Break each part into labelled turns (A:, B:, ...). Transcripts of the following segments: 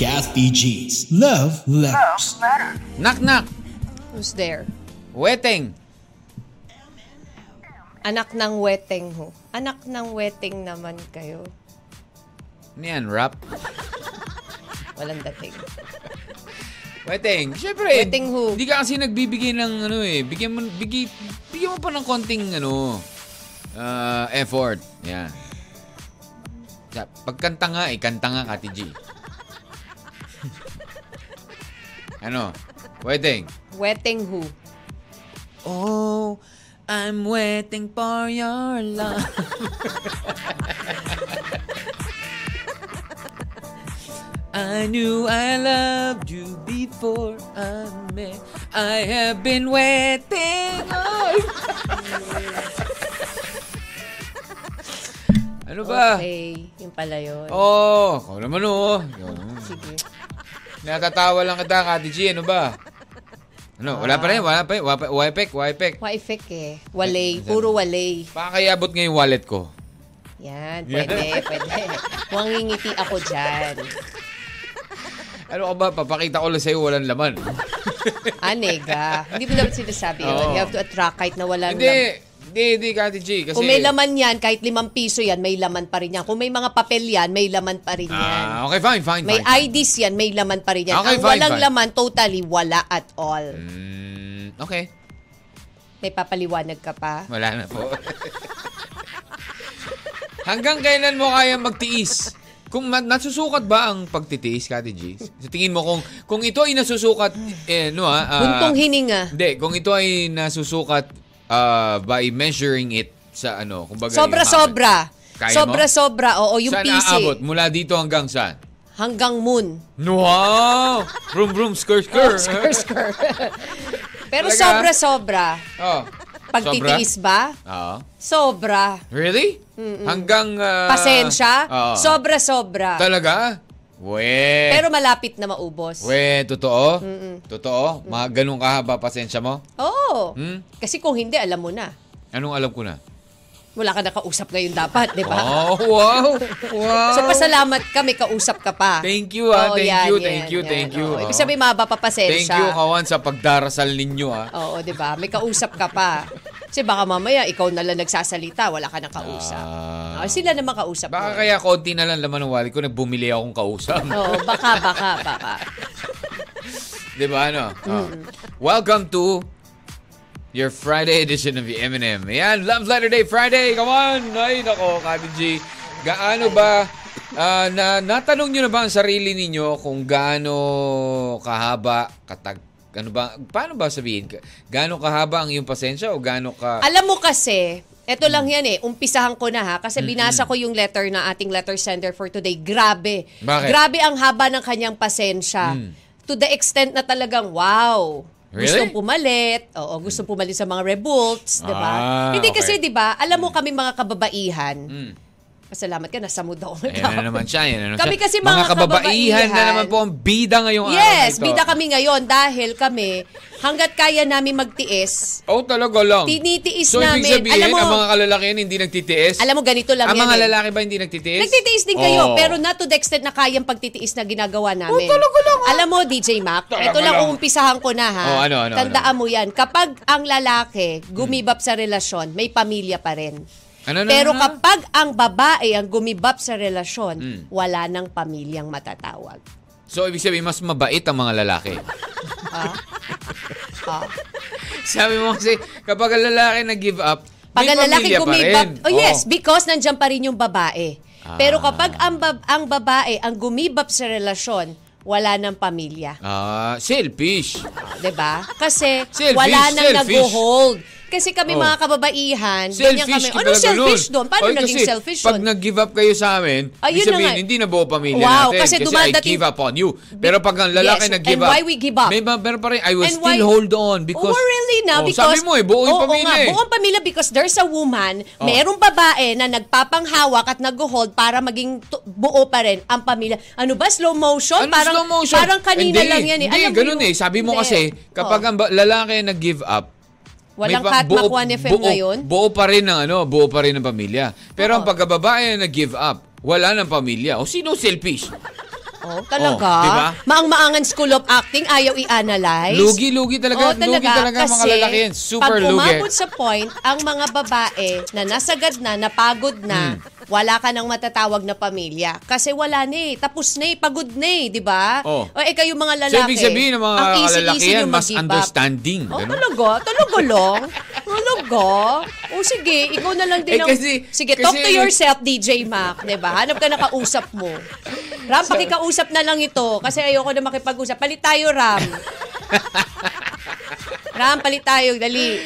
A: Kathy G's Love Letters.
B: Matter.
C: Knock knock.
D: Who's there?
C: Weteng.
D: Anak ng weteng ho. Anak ng weteng naman kayo.
C: Ano yan, rap?
D: Walang dating.
C: Weteng. Siyempre,
D: Weteng who?
C: Hindi ka kasi nagbibigay ng ano eh. Bigyan mo, bigi, bigyan mo pa ng konting ano, ah, effort. Yan. Sa- Pagkanta nga eh, kanta nga, Kati G. ano? Weteng.
D: Weteng who?
C: Oh, I'm waiting for your love. I knew I loved you before I met. I have been waiting. on you. ano ba?
D: Okay. Yung pala yun.
C: Oh, ako naman oh. Yun.
D: Sige.
C: Natatawa lang kita, Kati G. Ano ba? Ano, wala pa rin, wala pa rin. Wa- Wipek, wipek.
D: Waifek eh. Walay. Puro walay.
C: Baka kaya abot nga yung wallet ko.
D: Yan. Pwede. Pwede. Wangingiti ako dyan.
C: Ano ka ba? Papakita ko lang sa'yo, walang laman.
D: Anega. Hindi mo dapat sinasabi yun.
C: Oo.
D: You have to attract kahit na walang lam-
C: hindi, hindi, hindi, Kati G. Kasi,
D: Kung may laman yan, kahit limang piso yan, may laman pa rin yan. Kung may mga papel yan, may laman pa rin yan.
C: Ah, okay, fine, fine, fine.
D: May
C: fine.
D: IDs yan, may laman pa rin yan.
C: Okay,
D: Ang
C: fine,
D: walang
C: fine.
D: laman, totally wala at all.
C: Mm, okay,
D: May papaliwanag ka pa?
C: wala na po. Hanggang kailan mo kaya magtiis? Kung ma- nasusukat ba ang pagtitiis, Kati G? Sa tingin mo, kung, kung ito ay nasusukat, eh, no ah, ah,
D: Buntong hininga.
C: Hindi, kung ito ay nasusukat ah, by measuring it sa ano, kumbaga... yung
D: Sobra-sobra.
C: hamon. Kaya mo?
D: Sobra-sobra, oo. Yung
C: saan
D: PC.
C: aabot? Mula dito hanggang saan?
D: Hanggang moon.
C: Wow! Vroom, vroom, skur, skur.
D: Skr, skr. Pero
C: Talaga?
D: sobra-sobra.
C: Oh.
D: Pagtitiis ba?
C: Oo.
D: Sobra.
C: Really? Hanggang... ah,
D: Pasensya?
C: oo.
D: Sobra-sobra.
C: Talaga? We.
D: Pero malapit na maubos.
C: We, totoo? Totoo? Mga ganun kahaba pasensya mo?
D: Oo.
C: Hmm?
D: Kasi kung hindi, alam mo na.
C: Anong alam ko na?
D: Wala ka nakausap ngayon dapat, di ba?
C: Oh, wow! Wow!
D: So pasalamat ka, may kausap ka
C: Oh.
D: pa.
C: Thank you, ah.
D: Oo,
C: Thank
D: yan,
C: you,
D: yan,
C: thank you,
D: yan.
C: thank you.
D: Oo, Ibig
C: Oo.
D: sabihin, mahaba pa
C: Thank
D: pasensya.
C: you, Kawan, sa pagdarasal ninyo, ah.
D: Oo, di ba? May kausap ka pa. Kasi baka mamaya, ikaw na lang nagsasalita, wala ka nang kausap.
C: Ah.
D: Oo, sila naman kausap
C: Baka
D: mo.
C: kaya konti na lang laman ng wallet ko na bumili akong kausap.
D: Oo, baka, baka, baka.
C: Di ba ano? Oh. Welcome to your Friday edition of the M&M. Ayan, Love Letter Day Friday. Come on! Ay, nako, Kati G. Gaano ba, ah, na, natanong nyo na ba ang sarili ninyo kung gaano kahaba, katag, ano ba, paano ba sabihin? Gaano kahaba ang iyong pasensya o gaano ka...
D: Alam mo kasi, eto lang
C: Mm.
D: yan eh, umpisahan ko na ha, kasi binasa ko yung letter na ating letter sender for today. Grabe.
C: Bakit? Mm.
D: Grabe ang haba ng kanyang pasensya. To the extent na talagang, wow,
C: Really? Mm.
D: Gustong pumalit. Oo, gustong pumalit sa mga revolts, di ba?
C: Ah,
D: Hindi kasi,
C: okay. Mm.
D: di ba, alam mo kami mga kababaihan. Pasalamat ka, nasa mood ako.
C: Ayan na naman siya, ayan na naman
D: Kami
C: siya.
D: kasi mga
C: kababaihan na
D: kababaihan.
C: naman po ang bida ngayong
D: Yes,
C: araw na ito.
D: bida kami ngayon dahil kami, hanggat kaya namin magtiis,
C: Oh, talaga lang.
D: Tinitiis
C: so,
D: namin.
C: ibig sabihin,
D: Alam mo-
C: ang mga kalalakihan hindi nagtitiis?
D: alam mo, ganito lang
C: Ang
D: yan.
C: Ah, mga
D: eh.
C: lalaki ba hindi nagtitiis?
D: Nagtitiis din kayo,
C: Oo.
D: pero not to the extent na kayang pagtitiis na ginagawa namin. Alam mo, DJ Mac, ito lang
C: lang.
D: uumpisahan ko na ha.
C: Oh, ano, ano,
D: Tandaan mo yan. Kapag ang lalaki gumibap sa relasyon, may pamilya pa rin.
C: Ano, ano,
D: Pero
C: ano?
D: kapag ang babae ang gumibap sa relasyon,
C: Mm.
D: wala nang pamilyang matatawag.
C: So, ibig sabihin, mas mabait ang mga lalaki.
D: Ha? ha?
C: Sabi mo kasi, kapag ang lalaki nag-give up,
D: Pag
C: may
D: ang lalaki
C: pamilya pa rin.
D: gumibab, oh yes,
C: Oo.
D: because nandiyan pa rin yung babae.
C: Ah.
D: Pero kapag ang, bab- ang babae ang gumibab sa relasyon, wala ng pamilya.
C: Ah, selfish.
D: 'di ba? Diba? Kasi
C: Selfish,
D: wala nang
C: selfish.
D: nag-hold. kasi kami
C: Oh.
D: mga kababaihan, ganyan kami.
C: Selfish ka
D: Ano
C: talaga
D: selfish
C: nun.
D: doon? Paano
C: Oy,
D: naging
C: kasi
D: selfish
C: Pag
D: doon?
C: nag-give up kayo sa amin,
D: Ayun
C: ibig
D: na
C: sabihin,
D: nga.
C: hindi na buo pamilya
D: Wow,
C: natin.
D: kasi
C: I
D: dumadating-
C: give up on you. Pero pag ang lalaki
D: Yes,
C: nag-give
D: and
C: up,
D: why we give up?
C: May ba, pero pa rin, I will
D: And
C: still
D: why-
C: hold on because...
D: oh, really na?
C: Oh,
D: because,
C: Sabi mo eh, buo yung
D: Oo
C: pamilya
D: nga,
C: eh.
D: buong pamilya because there's a woman,
C: Oh.
D: merong babae na nagpapanghawak at nag-hold para maging tu- buo pa rin ang pamilya. Ano ba? Slow motion?
C: Anong
D: parang,
C: slow motion?
D: Parang kanina
C: Hindi,
D: lang yan eh.
C: Hindi,
D: Alam mo
C: ganun
D: yun?
C: eh. Sabi mo
D: Hindi.
C: kasi, kapag
D: Oo.
C: ang ba- lalaki nag-give up, may
D: Walang
C: pa-
D: cut
C: buo-
D: makuha ni Fem
C: buo-
D: ngayon?
C: Buo pa rin ng ano, buo pa rin ng pamilya. Pero ang
D: Oo.
C: pagkababae na nag-give up, wala ng pamilya. O sino selfish?
D: Oh, talaga?
C: Oh, di ba?
D: Maang-maangan school of acting, ayaw i-analyze.
C: Lugi-lugi talaga.
D: Oh, talaga,
C: lugi talaga ang mga
D: kasi
C: lalaki yan. Super
D: pag
C: lugi.
D: umabot sa point, ang mga babae na nasagad na, napagod na,
C: Hmm.
D: wala ka nang matatawag na pamilya. Kasi wala na eh. Tapos na eh. Pagod na eh. Di ba?
C: Oh.
D: O eh, kayo mga lalaki.
C: So, ibig sabihin ng mga
D: ang easy-easy
C: lalaki
D: nyo
C: yan, mas
D: mag-give up.
C: understanding.
D: Oh,
C: Ganun.
D: talaga? Talaga lang? Talaga? O sige, ikaw na lang din
C: Eh,
D: ang...
C: kasi-
D: sige, talk
C: kasi-
D: to yourself, DJ Mac. Di ba? Hanap ka na kausap mo. Ram, pakikausap na lang ito kasi ayoko na makipag-usap. Palit tayo, Ram. Ram, palit tayo. Dali.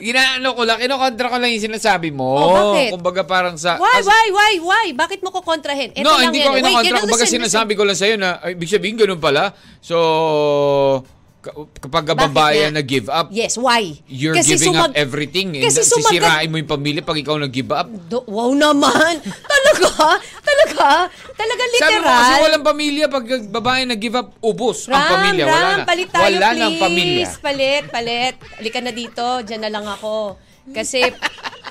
C: Ginaano ko lang, kinokontra ko lang yung sinasabi mo.
D: Oh, bakit?
C: Kumbaga parang sa...
D: Why,
C: as-
D: why, why, why? Bakit mo kukontrahin? Ito
C: no,
D: lang
C: hindi
D: yan.
C: ko
D: Wait,
C: kinokontra.
D: ganun,
C: Kumbaga
D: listen,
C: sinasabi ko lang sa'yo na, ay, ibig sabihin ganun pala. So, ka- kapag ang
D: Bakit
C: babae
D: nga?
C: na give up,
D: listen. Yes, why?
C: you're
D: Kasi
C: giving up
D: sumag-
C: everything. eh, And
D: Kasi sumagad
C: sisirain mo yung pamilya pag ikaw nag-give up.
D: Do, wow naman! Talaga? Talaga? Talaga literal?
C: Sabi mo kasi walang pamilya pag babae nag-give up, ubos ang
D: Ram,
C: pamilya.
D: Ram,
C: wala na.
D: palit tayo,
C: wala
D: please.
C: na ang pamilya.
D: Palit, palit. Halika na dito, dyan na lang ako. Kasi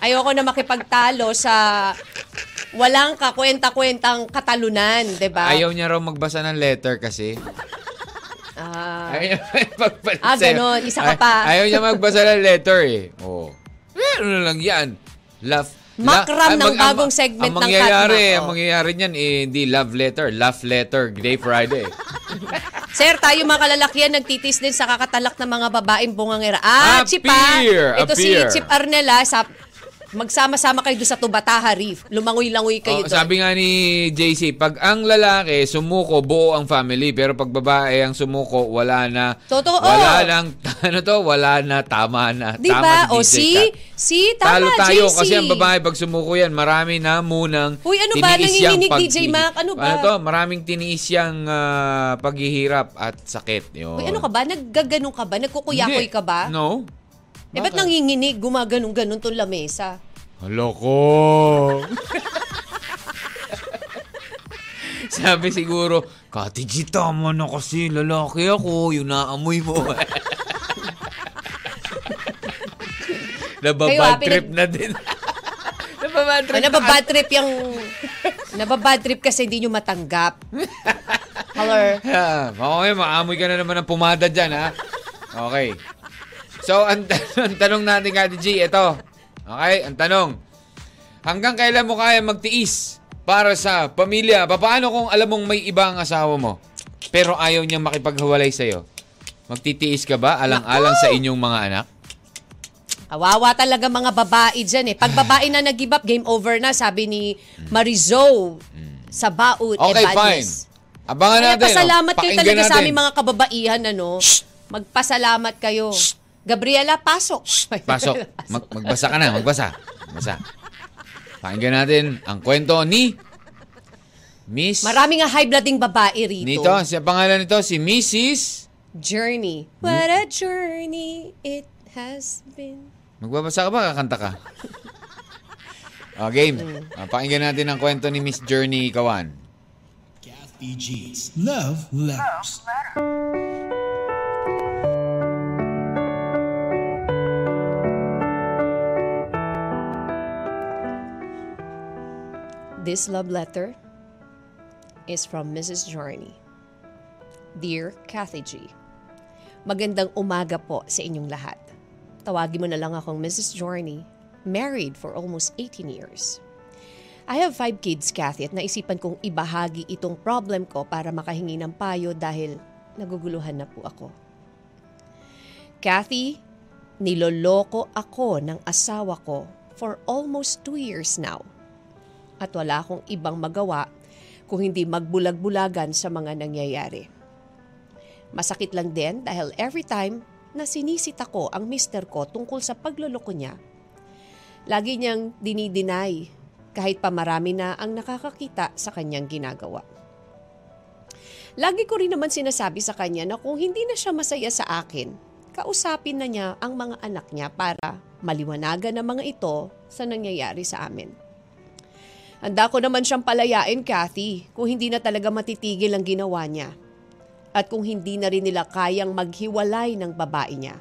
D: ayoko na makipagtalo sa walang kakwenta-kwentang katalunan, di ba?
C: Ayaw niya raw magbasa ng letter kasi.
D: Ah,
C: Ayaw niya magpasa-
D: Ah, ganun. Isa ka
C: Ay-
D: pa.
C: Ayaw niya magbasa ng letter eh. Oo. Eh, ano lang yan? Love. ay,
D: Makram ng
C: mag- ang-
D: bagong
C: ang
D: segment ng
C: mangyayari,
D: Katma, oh.
C: Ang mangyayari niyan, eh, hindi love letter, love letter, Day Friday.
D: Sir, tayo mga kalalakihan nagtitis din sa kakatalak ng mga babaeng bungangera. Ah,
C: Appear!
D: Chip ah. Ito
C: Appear.
D: si Chip Arnela sa magsama-sama kayo doon sa Tubataha Reef. Lumangoy-langoy
C: Oh,
D: kayo doon.
C: sabi nga ni JC, pag ang lalaki sumuko, buo ang family. Pero pag babae ang sumuko, wala na.
D: Totoo.
C: Wala nang, ano to, wala na, tama na.
D: Di
C: tama
D: ba?
C: DJ
D: O si,
C: Kat.
D: si,
C: Talo
D: tama,
C: tayo
D: JC.
C: kasi ang babae pag sumuko yan, marami na munang
D: Uy, ano ba?
C: tiniis yang
D: Nanginginig,
C: pag-
D: DJ Mac. Ano
C: Ano
D: ba?
C: to? Maraming tiniis yang ah, paghihirap at sakit. Yun.
D: Uy, ano ka ba? Naggaganong ka ba?
C: Hindi.
D: Nagkukuyakoy ka ba?
C: No.
D: Eh, ba't nanginginig? Gumaganong-ganon tong lamesa.
C: Hala ko. Sabi siguro, Kati G, tama na kasi lalaki ako. Yun na amoy mo.
D: Kayo,
C: Nababad
D: ah,
C: trip
D: pinag-
C: na din. Nababad trip
D: Ah,
C: na
D: nababad trip yung... nababad trip kasi hindi nyo matanggap. Color.
C: Ah, okay, maamoy ka na naman ng pumada dyan, ha? Okay. So, ang, ang tanong natin, Kati G, ito. Okay, ang tanong. Hanggang kailan mo kaya magtiis para sa pamilya? Paano kung alam mong may iba ang asawa mo, pero ayaw niyang makipaghiwalay sa'yo? Magtitiis ka ba alang-alang sa inyong mga anak?
D: Kawawa talaga mga babae dyan eh. Pag babae na nag-give up, game over na, sabi ni Marizo sa eh, baut.
C: Okay, fine. Abangan
D: Kaya
C: natin.
D: pasalamat
C: oh.
D: kayo
C: Pakinggan
D: talaga sa
C: natin.
D: aming mga kababaihan, ano. Magpasalamat kayo. Gabriela, pasok.
C: Pasok. Mag- magbasa ka na, magbasa. Magbasa. Pakinggan natin ang kwento ni Miss...
D: Maraming nga high blooding babae rito.
C: Nito, siya pangalan nito, si Mrs.
D: Journey. What a journey it has been.
C: Magbabasa ka ba? Kakanta ka. O, game.
D: Mm.
C: Ah, pakinggan natin ang kwento ni Miss Journey Kawan.
A: Kathy E G's Love Letters.
D: This love letter is from Mrs. Journey. Dear Kathy G, Magandang umaga po sa inyong lahat. Tawagin mo na lang akong Mrs. Journey, married for almost 18 years. I have five kids, Kathy, at naisipan kong ibahagi itong problem ko para makahingi ng payo dahil naguguluhan na po ako. Kathy, niloloko ako ng asawa ko for almost two years now at wala akong ibang magawa kung hindi magbulag-bulagan sa mga nangyayari. Masakit lang din dahil every time na sinisit ako ang mister ko tungkol sa pagloloko niya. Lagi niyang dinideny kahit pa marami na ang nakakakita sa kanyang ginagawa. Lagi ko rin naman sinasabi sa kanya na kung hindi na siya masaya sa akin, kausapin na niya ang mga anak niya para maliwanagan ang mga ito sa nangyayari sa amin. Handa ko naman siyang palayain, Kathy, kung hindi na talaga matitigil ang ginawa niya at kung hindi na rin nila kayang maghiwalay ng babae niya.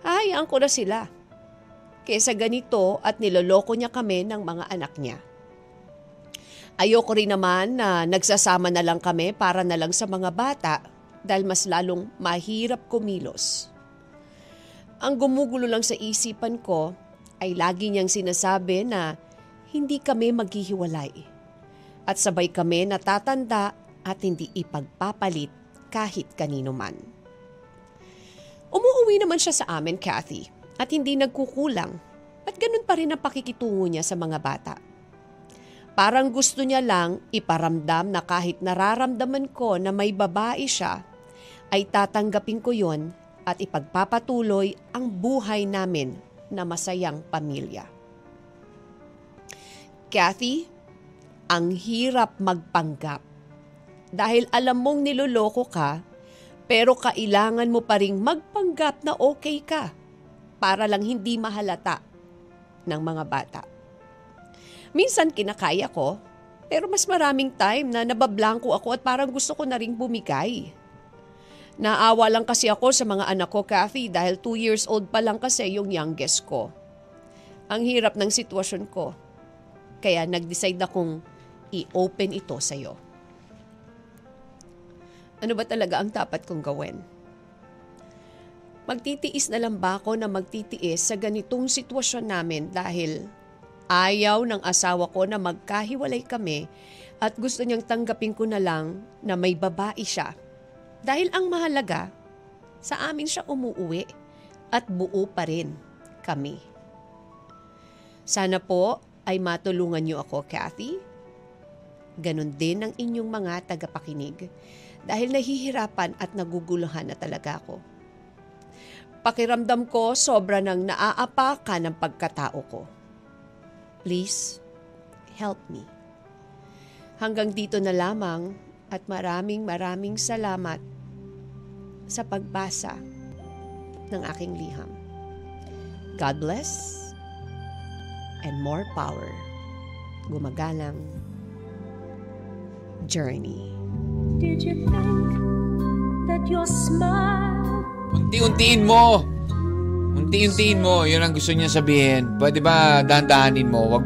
D: Hayaan ko na sila. Kesa ganito at niloloko niya kami ng mga anak niya. Ayoko rin naman na nagsasama na lang kami para na lang sa mga bata dahil mas lalong mahirap kumilos. Ang gumugulo lang sa isipan ko ay lagi niyang sinasabi na hindi kami maghihiwalay. At sabay kami natatanda at hindi ipagpapalit kahit kanino man. Umuwi naman siya sa amin, Kathy, at hindi nagkukulang. At ganun pa rin ang pakikitungo niya sa mga bata. Parang gusto niya lang iparamdam na kahit nararamdaman ko na may babae siya, ay tatanggapin ko yon at ipagpapatuloy ang buhay namin na masayang pamilya. Kathy, ang hirap magpanggap. Dahil alam mong niloloko ka, pero kailangan mo pa ring magpanggap na okay ka para lang hindi mahalata ng mga bata. Minsan kinakaya ko, pero mas maraming time na nabablangko ako at parang gusto ko na ring bumigay. Naawa lang kasi ako sa mga anak ko, Kathy, dahil 2 years old pa lang kasi yung youngest ko. Ang hirap ng sitwasyon ko. Kaya nag-decide akong i-open ito sa'yo. Ano ba talaga ang dapat kong gawin? Magtitiis na lang ba ako na magtitiis sa ganitong sitwasyon namin dahil ayaw ng asawa ko na magkahiwalay kami at gusto niyang tanggapin ko na lang na may babae siya. Dahil ang mahalaga, sa amin siya umuuwi at buo pa rin kami. Sana po ay matulungan niyo ako, Kathy. Ganon din ang inyong mga tagapakinig dahil nahihirapan at naguguluhan na talaga ako. Pakiramdam ko sobra ng naaapaka ng pagkatao ko. Please, help me. Hanggang dito na lamang at maraming maraming salamat sa pagbasa ng aking liham. God bless and more power. Gumagalang journey.
E: Did you think that your smile
C: Unti-untiin mo. Unti-untiin mo. Yun ang gusto niya sabihin. Pwede ba dahan-dahanin mo? Huwag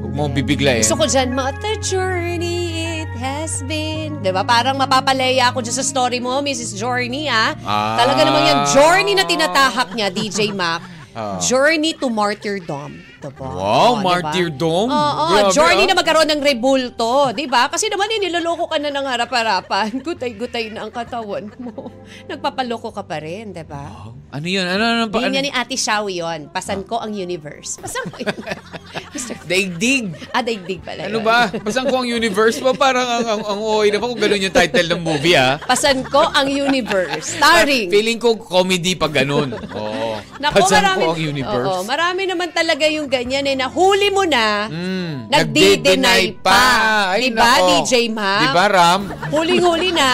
C: huwag mo eh. bibiglayin.
D: Gusto ko dyan, what a journey it has been. 'Di ba Parang mapapalaya ako dyan sa story mo, Mrs. Journey, ah.
C: Ah.
D: Talaga naman yung journey na tinatahak niya, DJ Mac. Journey to martyrdom. 'di ba?
C: Ah. Wow,
D: Oh, 'di ba?
C: martyrdom.
D: Oo, oo,
C: Grabe,
D: journey
C: ah.
D: na magkaroon ng rebulto, 'di ba? Kasi naman eh, niloloko ka na ng harap-harapan. Gutay-gutay na ang katawan mo. Nagpapaloko ka pa rin, 'di ba?
C: Ano yun? Ano, ano, pa,
D: Yun
C: ano?
D: yan ni Ate Shaw yun.
C: Ah.
D: Pasan ko ang universe. Pasan ko yun. Mr.
C: Daigdig.
D: Ah, daigdig pala
C: Ano
D: yun.
C: ba? Basan ko ang universe ba? Parang ang, ang, ang OA na pa kung ganun yung title ng movie, ah.
D: Pasan ko ang universe. Starring.
C: Feeling ko comedy pag ganun. Oo.
D: Naku,
C: Basan
D: marami-
C: ko ang universe.
D: Oo, marami naman talaga yung ganyan eh. Nahuli mo na,
C: Hmm,
D: nagdi-deny
C: Nagdi-deny
D: pa.
C: Ay,
D: diba,
C: nako.
D: DJ Mac?
C: Diba, Ram?
D: Huling-huli na.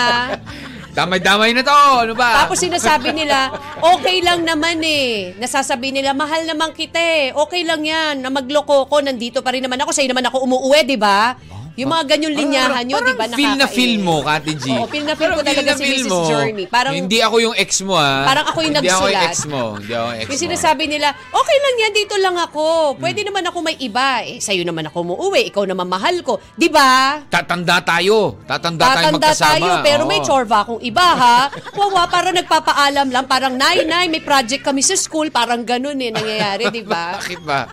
C: Damay-damay na to. Ano ba?
D: Tapos sinasabi nila, okay lang naman eh. Nasasabi nila, mahal naman kita eh. Okay lang yan. Na magloko ko, nandito pa rin naman ako. Sa'yo naman ako umuwi, di ba? Yung mga ganyan linyahan nyo, di ba?
C: Ah, Parang feel na
D: nakakainis.
C: feel mo, Kati G.
D: Oo, feel na feel
C: Parang
D: ko talaga si Mrs. Journey. Parang-
C: hindi ako yung ex mo, ha?
D: Parang ako yung
C: Hindi ako yung
D: nagsulat.
C: ex mo. Hindi ako yung ex
D: Yung
C: mo.
D: sinasabi nila, okay lang yan, dito lang ako.
C: Hmm.
D: Pwede naman ako may iba. Eh, sa'yo naman ako umuwi, ikaw naman mahal ko. Di ba?
C: Tatanda tayo. Tatanda, tayo
D: Tatanda
C: magkasama.
D: tayo, pero may
C: Oo.
D: chorva akong iba ha. Wawa, parang nagpapaalam lang. Parang, nay, nay, may project kami sa school. Parang ganun eh, nangyayari, di ba?
C: Bakit ba?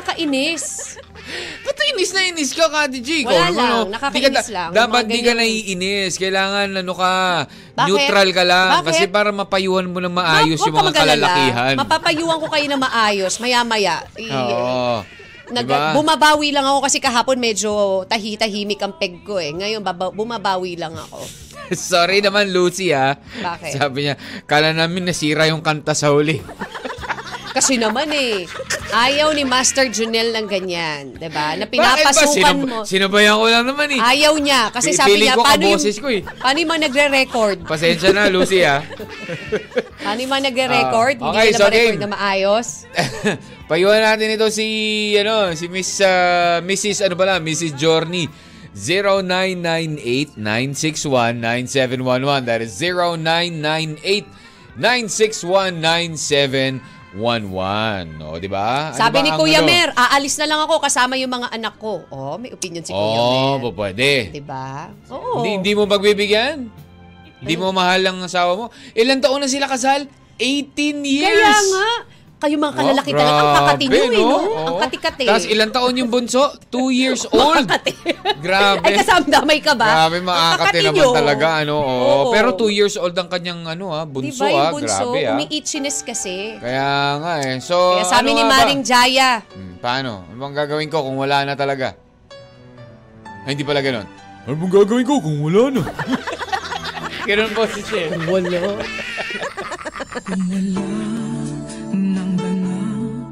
D: Nakakainis.
C: Ba't inis na inis ka, Kati G? Ikaw
D: Wala
C: naman,
D: lang,
C: oh. Di ka da-
D: nakakainis lang.
C: Dapat
D: Mga
C: di ka
D: ganyan.
C: naiinis. Kailangan, ano ka,
D: Bakit?
C: neutral ka lang.
D: Bakit?
C: Kasi para mapayuhan mo ng maayos
D: Huwag
C: yung
D: ka
C: mga
D: mag-alala.
C: kalalakihan.
D: Mapapayuhan ko kayo na maayos, maya-maya. I-
C: Oo.
D: Nag-
C: Diba?
D: Bumabawi lang ako kasi kahapon medyo tahi-tahimik ang peg ko eh. Ngayon, baba- bumabawi lang ako.
C: Sorry naman, Lucy, ha?
D: Bakit?
C: Sabi niya, kala namin nasira yung kanta sa huli.
D: Kasi naman eh, ayaw ni Master Junel ng ganyan, 'di ba? Na
C: Bakit
D: pinapasukan
C: ba?
D: mo.
C: Sinab- Sinabayan ko lang naman, eh.
D: Ayaw niya kasi
C: Pi-
D: sabi
C: piling
D: niya
C: ko
D: paano yung,
C: kaboses ko eh."
D: paano yung mga nagre-record?
C: Pasensya na, Lucy, ah. ha?
D: Paano yung mga nagre-record?
C: Ah,
D: Hindi
C: okay, so
D: nila ma-record
C: game. Ano
D: na maayos.
C: Paiwan natin ito si, ano, si Miss, ah, Mrs., ano pala, Mrs. Journey. 0998-961-9711. That is 0998-961-9711. O, di ba? Ano
D: sabi
C: ba
D: ni
C: ang
D: Kuya
C: ano?
D: Mer, aalis na lang ako kasama yung mga anak ko. Oh, may opinion si Kuya
C: Oo,
D: Mer.
C: oh, pwede.
D: 'Di ba? Oo.
C: Hindi, hindi mo magbibigyan? Hindi mo mahal ang asawa mo? Ilan taon na sila kasal? 18 years!
D: Kaya nga, kayo mga
C: Oh,
D: kalalaki talaga, ang kakatinyo eh, no? Ang katikate.
C: Tapos ilang taon yung bunso? 2 years old.
D: Makakati.
C: Grabe.
D: Ay, kasamdamay ka ba?
C: Grabe,
D: Ang
C: makakate
D: kakatinyo.
C: naman talaga. Ano, oo.
D: Oo.
C: Pero 2 years old ang kanyang ano, ah, bunso.
D: diba, yung
C: ah,
D: bunso,
C: grabe, ah.
D: umiitchiness kasi.
C: Kaya nga eh. So,
D: Kaya sabi
C: ano
D: ni
C: nga ba?
D: Maring Jaya,
C: Hmm, paano? Ano bang gagawin ko kung wala na talaga? Ay, hindi pala ganun. Ano bang gagawin ko kung wala na? ganun po si Chef.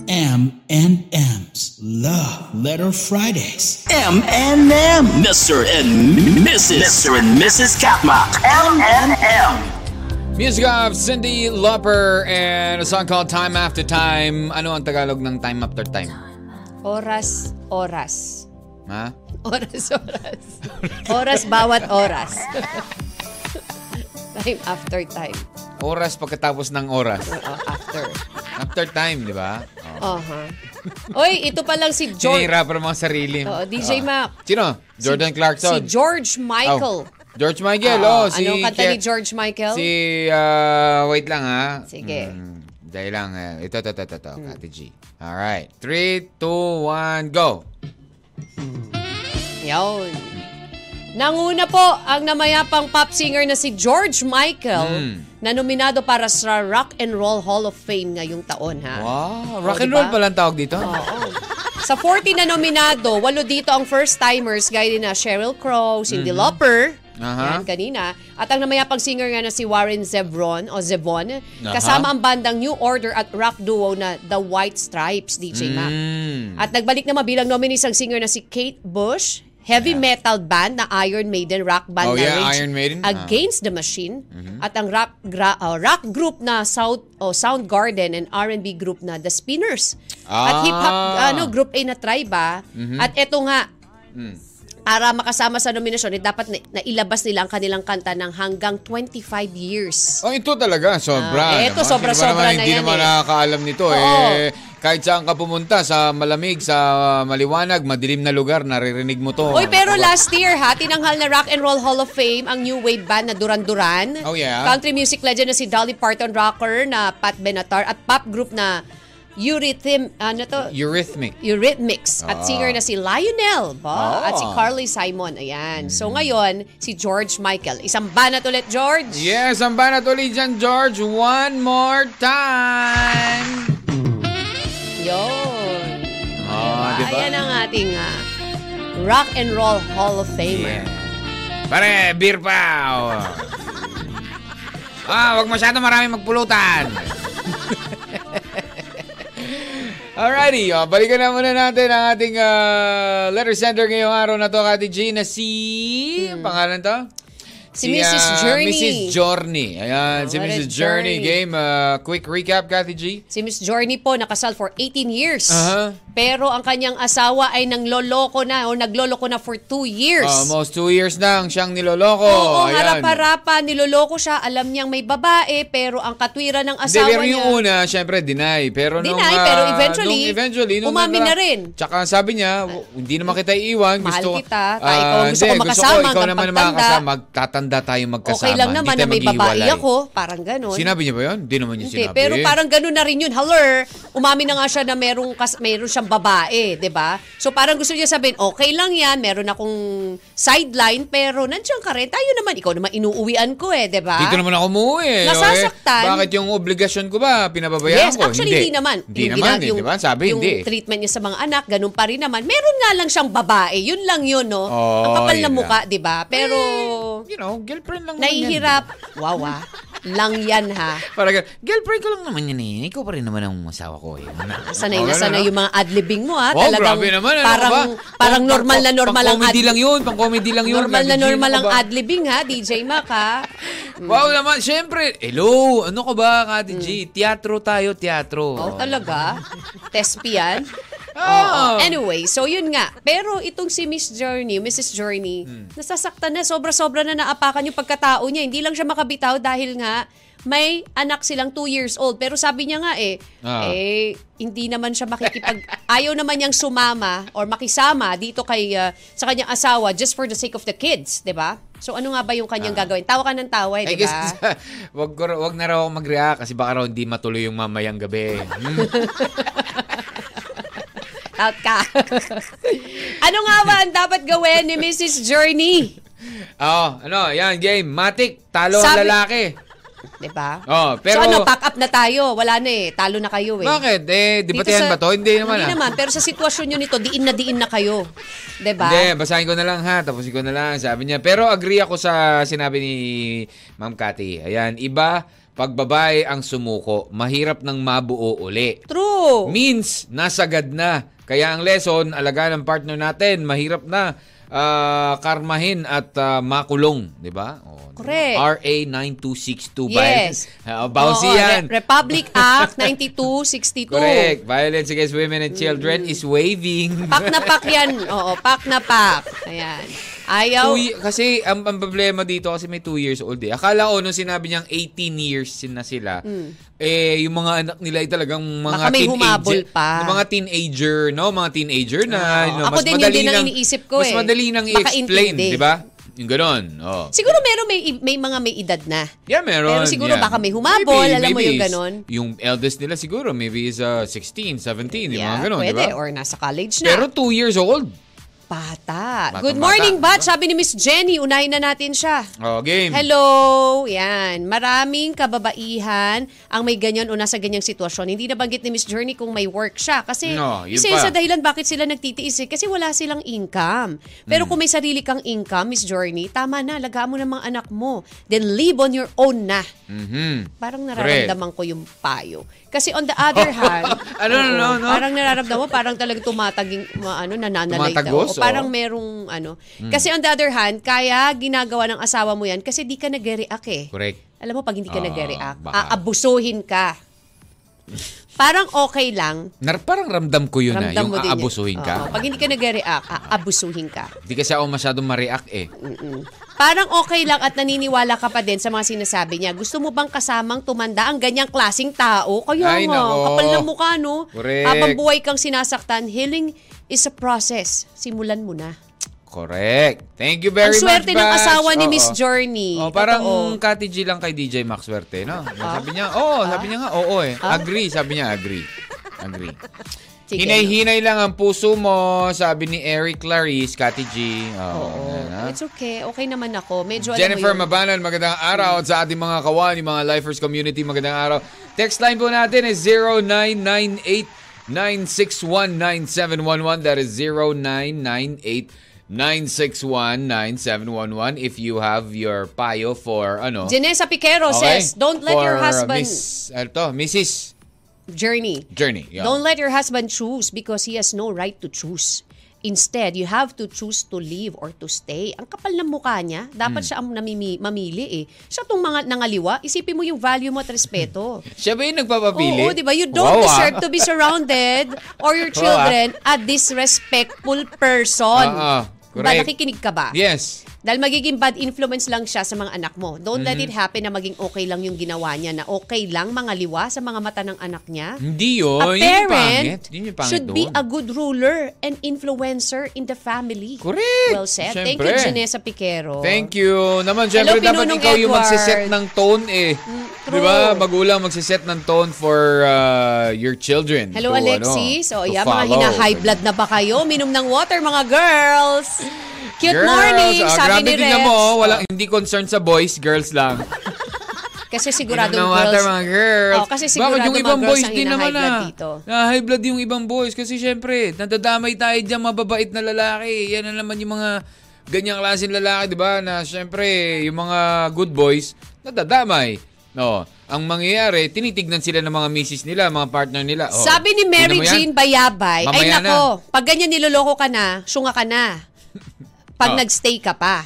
A: M and M's Love Letter Fridays. M and M. Mr. and Mrs. Mr. and Mrs. Katma. M and M.
C: Music of Cindy Lauper and a song called Time After Time. Ano ang Tagalog ng Time After Time?
D: oras, oras.
C: Ha?
D: Oras, oras. oras, bawat oras. time after time.
C: Oras pagkatapos ng oras.
D: Oo, after.
C: After time, di ba? Oh.
D: Aha. Uh-huh. Oy, ito pa lang si Oh, George.
C: Sinira pa ng mga sarili.
D: Oo,
C: Ah.
D: DJ Mac.
C: Sino? Jordan Clarkson.
D: Si George Michael.
C: Oh. George Michael,
D: Oo,
C: oh. si
D: anong kanta
C: Ke-
D: ni George Michael?
C: Si, ah, wait lang ha.
D: Sige. Hmm.
C: Mm, dahil lang, ah, ito, ito, ito, ito, ito, Kati G. Alright. 3, 2, 1, go.
D: Yun. Nanguna po ang namayapang pop singer na si George
C: Hmm.
D: Michael na nominado para sa Rock and Roll Hall of Fame ngayong taon ha.
C: Wow,
D: Oo,
C: rock and
D: diba?
C: roll pala ang tawag dito.
D: Oo. Sa 40 na nominado, walo dito ang first-timers gaya din na Sheryl Crow, Cyndi Lauper,
C: Aha.
D: yan kanina, at ang namayapang singer nga na si Warren Zevon, o Zevon, kasama ang bandang New Order at rock duo na The White Stripes, DJ Mac.
C: Mm.
D: At nagbalik naman bilang nominees ang singer na si Kate Bush, heavy metal band na Iron Maiden rock band
C: Oh,
D: na
C: yeah,
D: Rage
C: Iron Maiden. Mm-hmm. Ah.
D: Against the Machine at ang rock gra- uh, rock group na South oh, Soundgarden and R&B group na The Spinners. At
C: Ah. Mm-hmm.
D: hip hop ano group A na Tribe ah. At eto nga
C: Hmm.
D: para makasama sa nominasyon, eh, dapat na, nailabas nila ang kanilang kanta ng hanggang 25 years.
C: Oh, ito talaga, sobra.
D: Ah, eto,
C: naman.
D: sobra,
C: Sino ba
D: sobra
C: naman
D: na
C: Hindi
D: yan
C: naman
D: eh.
C: nakakaalam nito
D: Oo.
C: eh. Kahit saan ka pumunta, sa malamig, sa maliwanag, madilim na lugar, naririnig mo to.
D: Oy, pero
C: Ano ba?
D: last year ha, tinanghal na Rock and Roll Hall of Fame ang new wave band na Duran Duran.
C: Oh, yeah.
D: Country music legend na si Dolly Parton rocker na Pat Benatar at pop group na Eurythm ano to?
C: Eurythmic.
D: Eurythmics
C: Ah.
D: at singer na si Lionel ba?
C: Ah. Hmm.
D: at si Carly Simon. Ayan. So ngayon, si George Michael. Isang banat ulit, George.
C: Yes, ang banat ulit dyan, George. One more time.
D: Yun.
C: Oh, di ba?
D: Ayan ang ating ah, Rock and Roll Hall of Famer.
C: Yeah. Pare, beer pa. oh. Ah, wag masyado marami magpulutan. Alrighty, oh, balikan na muna natin ang ating ah, letter sender ngayong araw na to, Kati G, na si... ang pangalan to?
D: Hmm. Si
C: ah,
D: Mrs. Journey.
C: Mrs. Journey. Ayan,
D: Oh,
C: si
D: what a
C: Mrs. Journey.
D: journey.
C: Game, ah, quick recap, Kati G.
D: Si Miss Journey po nakasal for 18 years.
C: Aha.
D: Pero ang kanyang asawa ay nangloloko na o nagloloko na for 2 years.
C: Almost two years na ang siyang niloloko. Um, oh,
D: Oo,
C: Ayan.
D: harap-harapan, niloloko siya, alam niyang may babae, pero ang katwira ng
C: Hindi,
D: asawa
C: pero
D: niya...
C: yung una, syempre, deny. Pero nung,
D: Deny,
C: ah,
D: pero eventually,
C: nung eventually nung
D: umamin
C: nagka-
D: na rin.
C: Tsaka sabi niya, "W- hindi naman kita iiwan.
D: Mahal
C: gusto, ko-
D: kita, ta-
C: ah,
D: ikaw, gusto ko
C: hindi,
D: makasama
C: ikaw naman
D: hanggang
C: ang
D: pagtanda."
C: makakasama. Magtatanda matanda tayo magkasama.
D: Okay lang naman
C: Hindi
D: na
C: tayo
D: may babae
C: maghihiwalay.
D: ako, parang ganun.
C: Sinabi niya ba yun? Hindi naman niya
D: Hindi,
C: sinabi.
D: pero parang ganun na rin yun. Haller, umamin na nga siya na merong, kas, meron siyang babae, di ba? So parang gusto niya sabihin, okay lang yan, meron akong sideline, pero nandiyan ka rin, tayo naman, ikaw naman inuuwian ko eh, di ba?
C: Dito naman ako umuwi. eh.
D: Nasasaktan.
C: Okay. Bakit yung obligasyon ko ba? Pinababayaan
D: Yes,
C: ko?
D: actually, hindi, naman.
C: Hindi
D: Yung
C: naman,
D: gina-
C: eh, di ba? Sabi,
D: yung
C: hindi.
D: treatment niya sa mga anak, ganun pa rin naman. Meron nga lang siyang babae. Yun lang yun, no?
C: Oo,
D: Ang kapal
C: Oh, yun
D: na
C: lang.
D: mukha, di ba? Pero,
C: Eh, You know, girlfriend lang naman yan. eh.
D: nahihirap. Wow, ah. Lang yan, ha?
C: Parang, gan- girlfriend ko lang naman yan eh. Ikaw pa rin naman ang asawa ko. Eh. Ano?
D: Sanay
C: Oh,
D: na
C: ganun,
D: sanay
C: ano?
D: yung mga adlibing mo, ha?
C: Oh,
D: Ah, Talagang
C: grabe naman. Ano ka
D: parang,
C: ba?
D: parang
C: Pang-
D: normal na
C: pang-
D: normal ang
C: Pang-comedy lang yun. Pang-comedy lang yun.
D: Normal na
C: Grabe,
D: normal
C: Gino
D: ang
C: ka ba? Mm.
D: adlibing, ha? DJ Mac, ha?
C: Wow naman. Siyempre. Hello. Ano ka ba, Kati G? Teatro tayo, teatro.
D: Mm. Oh, talaga? Tespi yan?
C: Ah.
D: Oo. Anyway, so yun nga. Pero itong si Miss Journey, Mrs. Journey,
C: Hmm.
D: nasasaktan na, sobra-sobra na naapakan yung pagkatao niya. Hindi lang siya makabitaw dahil nga may anak silang two years old. Pero sabi niya nga eh,
C: Ah.
D: eh, hindi naman siya makikipag... ayaw naman niyang sumama or makisama dito kay ah, sa kanyang asawa just for the sake of the kids, di ba? So ano nga ba yung kanyang gagawin? Tawa ka ng tawa,
C: Ah. I
D: eh, di
C: guess,
D: ba?
C: wag, ko, wag na raw ako mag-react kasi baka raw hindi matuloy yung mamayang gabi. Hmm.
D: Out ka. ano nga ba ang dapat gawin ni Mrs. Journey?
C: oh, ano, yan, game. Matik, talo ang
D: Sabi-
C: lalaki.
D: Diba?
C: Oh, pero-
D: So ano, pack up na tayo. Wala na eh. Talo na kayo eh.
C: Bakit? Eh, dibatihan
D: Dito sa-
C: ba to? Hindi naman
D: Hindi
C: ah.
D: naman. Pero sa sitwasyon nyo nito, diin na diin na kayo. Diba?
C: Hindi, basahin ko na lang ha. Tapusin ko na lang. Sabi niya. Pero agree ako sa sinabi ni Ma'am Cathy. Ayan, iba, pag babae ang sumuko, mahirap nang mabuo uli.
D: True.
C: Means, nasagad na. Kaya ang lesson, alaga ng partner natin, mahirap na ah, karmahin at ah, makulong. Di ba? O, di ba?
D: Correct.
C: RA 9262.
D: Yes.
C: Uh, bouncy
D: Oo,
C: yan.
D: Re- Republic Act 9262.
C: Correct. Violence against women and children is waving.
D: Pack Mm. na pack yan. Oo, pack na pack. Ayan. Ayaw.
C: Two ye- kasi ang, ang problema dito kasi may 2 years old eh. Akala ko nung sinabi niyang 18 years sin- na sila, eh yung mga anak nila ay talagang mga
D: Hmm. Baka may humabol
C: teenager.
D: pa.
C: yung Mga teenager, no? Mga teenager na.
D: Oo.
C: you know,
D: Ako
C: mas
D: din, yun
C: madali
D: din ang
C: nang-
D: iniisip ko
C: Mas
D: eh.
C: madali nang
D: Baka
C: i-explain,
D: intindi.
C: di ba? Yung ganon. Oh.
D: Siguro meron may, may mga may edad na.
C: Yeah, meron.
D: Pero siguro
C: yeah.
D: baka may humabol, alam mo yung
C: is-
D: ganon.
C: Yung eldest nila siguro, maybe is uh, 16, 17, yung mga ganon, di ba?
D: pwede. Or nasa college na.
C: Pero 2 years old.
D: Bata.
C: Batang
D: Good morning,
C: bata,
D: Bat. Sabi ni Miss Jenny, unahin na natin siya.
C: Oh, game.
D: Hello! Yan. Maraming kababaihan ang may ganyan o nasa ganyang sitwasyon. Hindi nabanggit ni Miss Journey kung may work siya. Kasi
C: No, yun
D: isa
C: pa.
D: yun sa dahilan bakit sila nagtitiis eh. Kasi wala silang income.
C: Hmm.
D: Pero kung may sarili kang income, Miss Journey, tama na. Lagaan mo ng mga anak mo. Then live on your own na.
C: Mhm.
D: Parang
C: Correct.
D: nararamdaman ko yung payo. Kasi on the other hand,
C: Ano,
D: oo,
C: ano, ano?
D: parang nararamdaman mo, parang talagang tumataging, ma- ano, nananalay daw.
C: Tumatagos,
D: O
C: oo.
D: parang
C: Mm.
D: merong, ano. Kasi on the other hand, kaya ginagawa ng asawa mo yan kasi di ka nag-react eh.
C: Correct.
D: Alam mo, pag hindi ka
C: Ah,
D: nag-react,
C: baka.
D: aabusuhin ka. Parang okay lang,
C: Nar parang ramdam ko yun na, yung
D: ramdam mo din yun.
C: aabusuhin ka.
D: Oo, pag hindi ka nag-react, aabusuhin ka.
C: Hindi kasi ako masyadong ma-react eh.
D: Parang okay lang at naniniwala ka pa din sa mga sinasabi niya. Gusto mo bang kasamang tumanda ang ganyang klasing tao? Kaya
C: Ay,
D: nga,
C: nako.
D: kapal na mukha, no?
C: Correct.
D: Habang buhay kang sinasaktan, healing is a process. Simulan mo na.
C: Correct. Thank you very
D: ang swerte
C: much,
D: ng
C: Babs.
D: asawa ni
C: Oo.
D: Miss Journey.
C: Oh, parang
D: Totoo. Ah.
C: Kati G lang kay DJ Max Swerte, no? Sabi niya, oo, sabi niya nga, oo eh. Agree, sabi niya, agree. Agree.
D: Sige,
C: Hinay-hinay lang ang puso mo, sabi ni Eric Clarice, Kati G. Oo,
D: no?
C: yan, ah. ha?
D: Oo. It's okay. Okay naman ako. Medyo
C: Jennifer
D: alam mo yun.
C: Mabanan, magandang araw sa ating mga kawani, mga Lifers Community, magandang araw. Text line po natin is 0998-961-9711. That is 0998-961-9711. If you have your payo for, ano?
D: Janessa Piquero
C: Okay?
D: says, Don't let
C: For uh,
D: your husband...
C: Miss, ano to? Mrs.
D: Journey.
C: Journey. yeah.
D: Don't let your husband choose because he has no right to choose. Instead, you have to choose to leave or to stay. Ang kapal ng mukha niya,
C: Mm.
D: dapat siya ang namimi, mamili eh. Siya tong mga nangaliwa, isipin mo yung value mo at respeto.
C: Siya ba yung nagpapapili?
D: Oo, di ba? You don't
C: Wow, ah.
D: deserve to be surrounded or your
C: Wow, ah.
D: children a disrespectful person.
C: Oo,
D: Ba,
C: Ah, Correct.
D: nakikinig ka ba?
C: Yes.
D: Dahil magiging bad influence lang siya sa mga anak mo. Don't let
C: Mm-hmm.
D: it happen na maging okay lang yung ginawa niya, na okay lang mga liwa sa mga mata ng anak niya.
C: Hindi yun. Oh,
D: a
C: Yun yung pangit.
D: parent
C: Yun yung pangit
D: should be
C: doon.
D: a good ruler and influencer in the family.
C: Correct.
D: Well said. Thank
C: Siyempre.
D: you, Janessa Piquero.
C: Thank you. Naman, syempre, dapat
D: Hello, Pinunong
C: ikaw yung
D: Edward.
C: magsiset ng tone eh.
D: true.
C: Di ba? Magulang magsiset ng tone for uh, your children.
D: Hello,
C: to,
D: Alexis.
C: Ano,
D: o,
C: to
D: yeah, mga
C: follow.
D: hina-high blood na ba kayo? Minom ng water, mga girls. Cute
C: Girls,
D: morning,
C: ah,
D: sabi
C: grabe
D: ni Rex.
C: tingnan mo, oh, walang, hindi concern sa boys, girls lang.
D: Kasi
C: Inom
D: sigurado
C: ng
D: girls.
C: water, mga girls.
D: Oh, kasi sigurado
C: Bakit yung
D: mga
C: ibang
D: girls
C: boys
D: ang
C: din naman
D: hina-high blood
C: ah.
D: dito.
C: Na high blood yung ibang boys. Kasi syempre, nadadamay tayo dyan, mababait na lalaki. Yan na naman yung mga ganyang klaseng lalaki, di ba? Na syempre, yung mga good boys, nadadamay. No, ang mangyayari, tinitignan sila ng mga misis nila, mga partner nila. Oh,
D: Sabi ni Mary
C: tingnan mo yan.
D: Jean Bayabay, ay
C: Mamaya
D: nako, pag ganyan niloloko ka na, syunga ka na.
C: Oh.
D: Pag nagstay ka pa,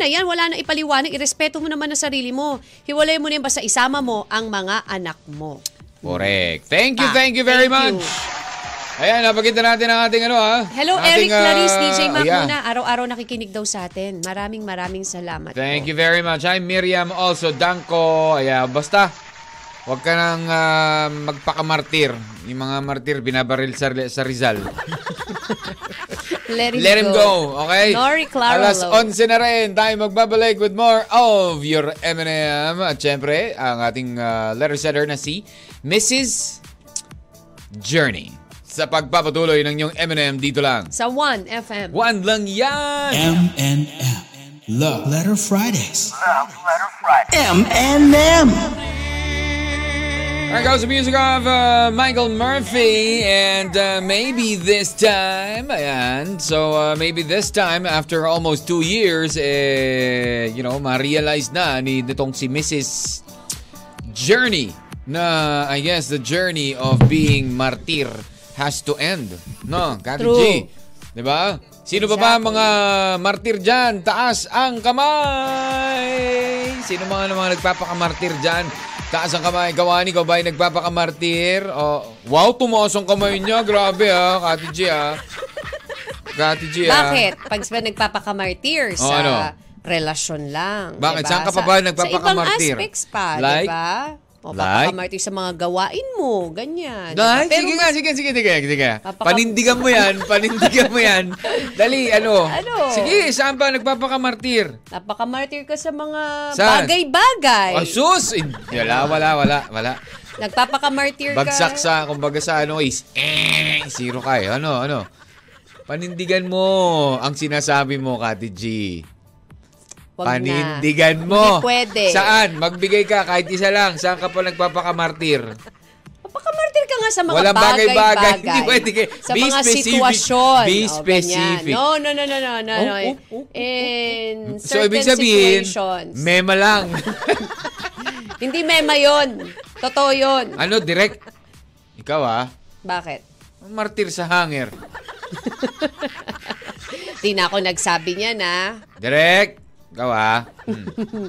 C: Oh.
D: na yan. Wala na ipaliwanag. Irespeto mo naman ang sarili mo. Hiwalayan mo na yan. Basta isama mo ang mga anak mo.
C: Correct. Thank you,
D: Ah,
C: thank you very much.
D: thank you.
C: Ayan, napakita natin ang ating ano ha.
D: Hello,
C: Ating,
D: Eric Clarice,
C: ah,
D: DJ Mac
C: ayan.
D: muna. Araw-araw nakikinig daw sa atin. Maraming maraming salamat
C: Thank
D: po.
C: you very much. I'm Miriam also, Danko. Ayan, basta, huwag ka nang ah, magpakamartir. Yung mga martir, binabaril sa, sa Rizal.
D: Let him,
C: Let him go, okay?
D: Nori Clarolo.
C: Alas 11 na rin, tayo magbabalik with more of your M&M. At syempre, ang ating ah, letter setter na si Mrs. Journey. Sa pagpapatuloy ng iyong M&M dito lang.
D: Sa 1FM.
C: One lang yan!
A: M and M. Love Letter Fridays.
B: Love Letter Friday.
A: M and M.
C: There goes the music of uh, Michael Murphy, and uh, maybe this time, ayan. So, uh, maybe this time, after almost two years, eh, you know, ma-realize na ni nitong si Mrs. Journey na, I guess, the journey of being martyr has to end. No, Kati G.
D: True.
C: Diba? Sino pa ba
D: Exactly.
C: mga martir dyan? Taas ang kamay! Sino mga mga nagpapakamartir dyan? Taas ang kamay. Gawani, ikaw ba ay nagpapakamartir? Oh, wow, tumaas ang kamay niya. Grabe ha, Kati G ha. Kati G ah. ha.
D: Bakit? Pag ba nagpapakamartir
C: Oh,
D: sa
C: ano?
D: relasyon lang.
C: Bakit?
D: diba?
C: Saan ka pa
D: Sa-
C: ba nagpapakamartir?
D: Sa ibang aspects pa,
C: Like?
D: diba?
C: Like?
D: O, papakamartir sa mga gawain mo,
C: Ay,
D: ganyan. diba? Pero
C: sige nga, sige, sige, sige, sige.
D: Papaka-
C: Panindigan mo yan, panindigan mo yan. Dali, ano?
D: Ano?
C: Sige, saan ba nagpapakamartir?
D: napakamartir ka sa mga
C: Saan? Ay.
D: bagay-bagay.
C: sus! Eh, Wala, wala, wala, wala.
D: Nagpapakamartir ka.
C: Bagsak sa, kumbaga sa ano, is, eh, zero ka eh. Ano, ano? Panindigan mo ang sinasabi mo, Kati G.
D: Wag na.
C: Panindigan mo.
D: Hindi pwede.
C: Saan? Magbigay ka kahit isa lang. Saan ka pa nagpapakamartir?
D: Papakamartir ka nga sa mga
C: Walang bagay-bagay.
D: bagay-bagay.
C: Hindi pwede kay-
D: Sa
C: be
D: mga
C: specific. Be
D: sitwasyon. O, ganyan.
C: specific.
D: No, no, no, no, no, no.
C: Oh,
D: no.
C: oh, oh, oh, oh.
D: In
C: So,
D: certain
C: ibig sabihin,
D: situations.
C: mema lang.
D: Hindi mema yun. Totoo yun.
C: ano, direct? Ikaw ah,
D: Bakit?
C: martir sa hanger.
D: Di na ako nagsabi niya na.
C: Direct? Ikaw ah. Hmm.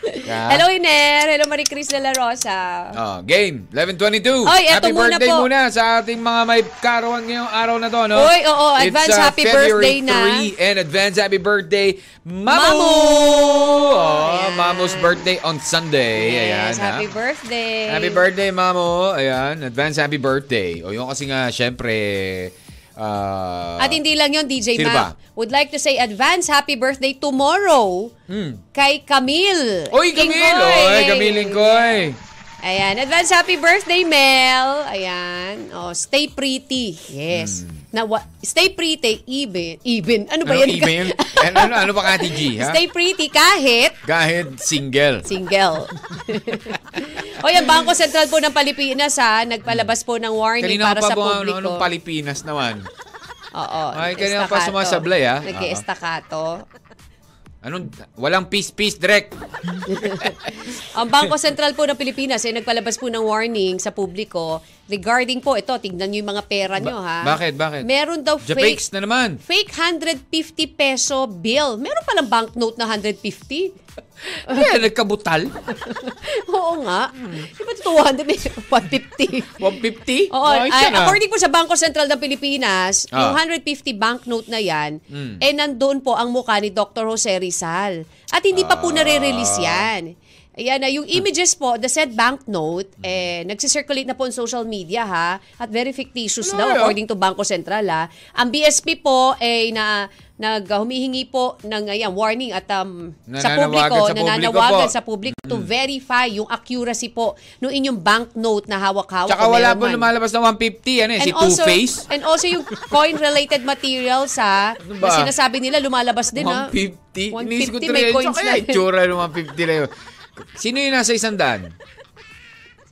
C: Ka?
D: Hello, Iner. Hello, Marie Chris de la Rosa.
C: Oh, game. 11.22.
D: Oy, eto
C: happy
D: muna
C: birthday
D: po.
C: muna sa ating mga may karoon ngayong araw na to, no?
D: Oy, oo, advance
C: It's, uh,
D: happy
C: February
D: birthday na.
C: 3 and advance happy birthday, Mamu!
D: Mamu!
C: Oh,
D: Ayan.
C: Mamu's birthday on Sunday. Ayan,
D: Yes,
C: ha?
D: happy birthday.
C: Happy birthday, Mamu. Ayan, advance happy birthday. O yun kasi nga, syempre, ah,
D: At hindi lang yon DJ
C: Sino
D: Mac.
C: ba?
D: Would like to say advance happy birthday tomorrow kay Camille.
C: Oy, Hmm. Camille!
D: Ingkoy.
C: Oy, Camille Lingkoy!
D: Ayan, advance happy birthday, Mel. Ayan. Oh, stay pretty. Yes. Na wa- stay pretty even even. Ano ba
C: Hmm. Ano,
D: yan?
C: email? ano, ano, ano pa Kati G, ha?
D: stay pretty kahit
C: Kahit single.
D: Single. Hoy, ang Bangko Sentral po ng Pilipinas ha, nagpalabas po ng warning
C: Kanina
D: para
C: pa
D: sa
C: po,
D: publiko.
C: ano, anong Palipinas naman?
D: Oo.
C: Ay, kanina pa
D: estacato.
C: sumasablay, ah. ha?
D: Nag-estakato.
C: Anong, walang peace, peace, direct.
D: Ang Bangko Sentral po ng Pilipinas ay nagpalabas po ng warning sa publiko regarding po ito, tignan niyo yung mga pera niyo ha.
C: Bakit, bakit?
D: Meron daw
C: Japakes
D: fake
C: na naman.
D: fake 150 peso bill. Meron palang banknote na 150.
C: Hindi, nagkabutal.
D: Oo nga. Di ba ito 200 eh? 150?
C: 150?
D: Oo,
C: Ayos
D: ay,
C: yan, ah.
D: according po sa Bangko Sentral ng Pilipinas,
C: Ah. Hmm.
D: yung 150 banknote na yan, eh nandoon po ang mukha ni Dr. Jose Rizal. At hindi pa
C: Ah.
D: po nare-release yan. Ayan, ah, yung
C: Hmm.
D: images po, the said banknote, eh, nagsisirculate na po on social media ha, at very fictitious
C: Ano
D: daw
C: yun?
D: according to Bangko Sentral ha. Ang BSP po, eh, na nag humihingi po ng ayan, warning at um, sa
C: Nananawagan
D: publiko,
C: sa publiko
D: nananawagan
C: po. Hmm.
D: sa publiko to verify yung accuracy po ng inyong banknote na hawak-hawak.
C: Tsaka
D: o
C: wala
D: meron
C: po
D: man.
C: lumalabas na 150. Ano eh, si
D: also,
C: Two-Face.
D: And also yung coin-related materials ha,
C: Ano ba?
D: na sinasabi nila lumalabas din ha.
C: 150?
D: 150,
C: Inisip ko
D: uh, may
C: talaga,
D: coins
C: kaya
D: na.
C: itsura ng 150 na yun. Sino yung nasa isang daan?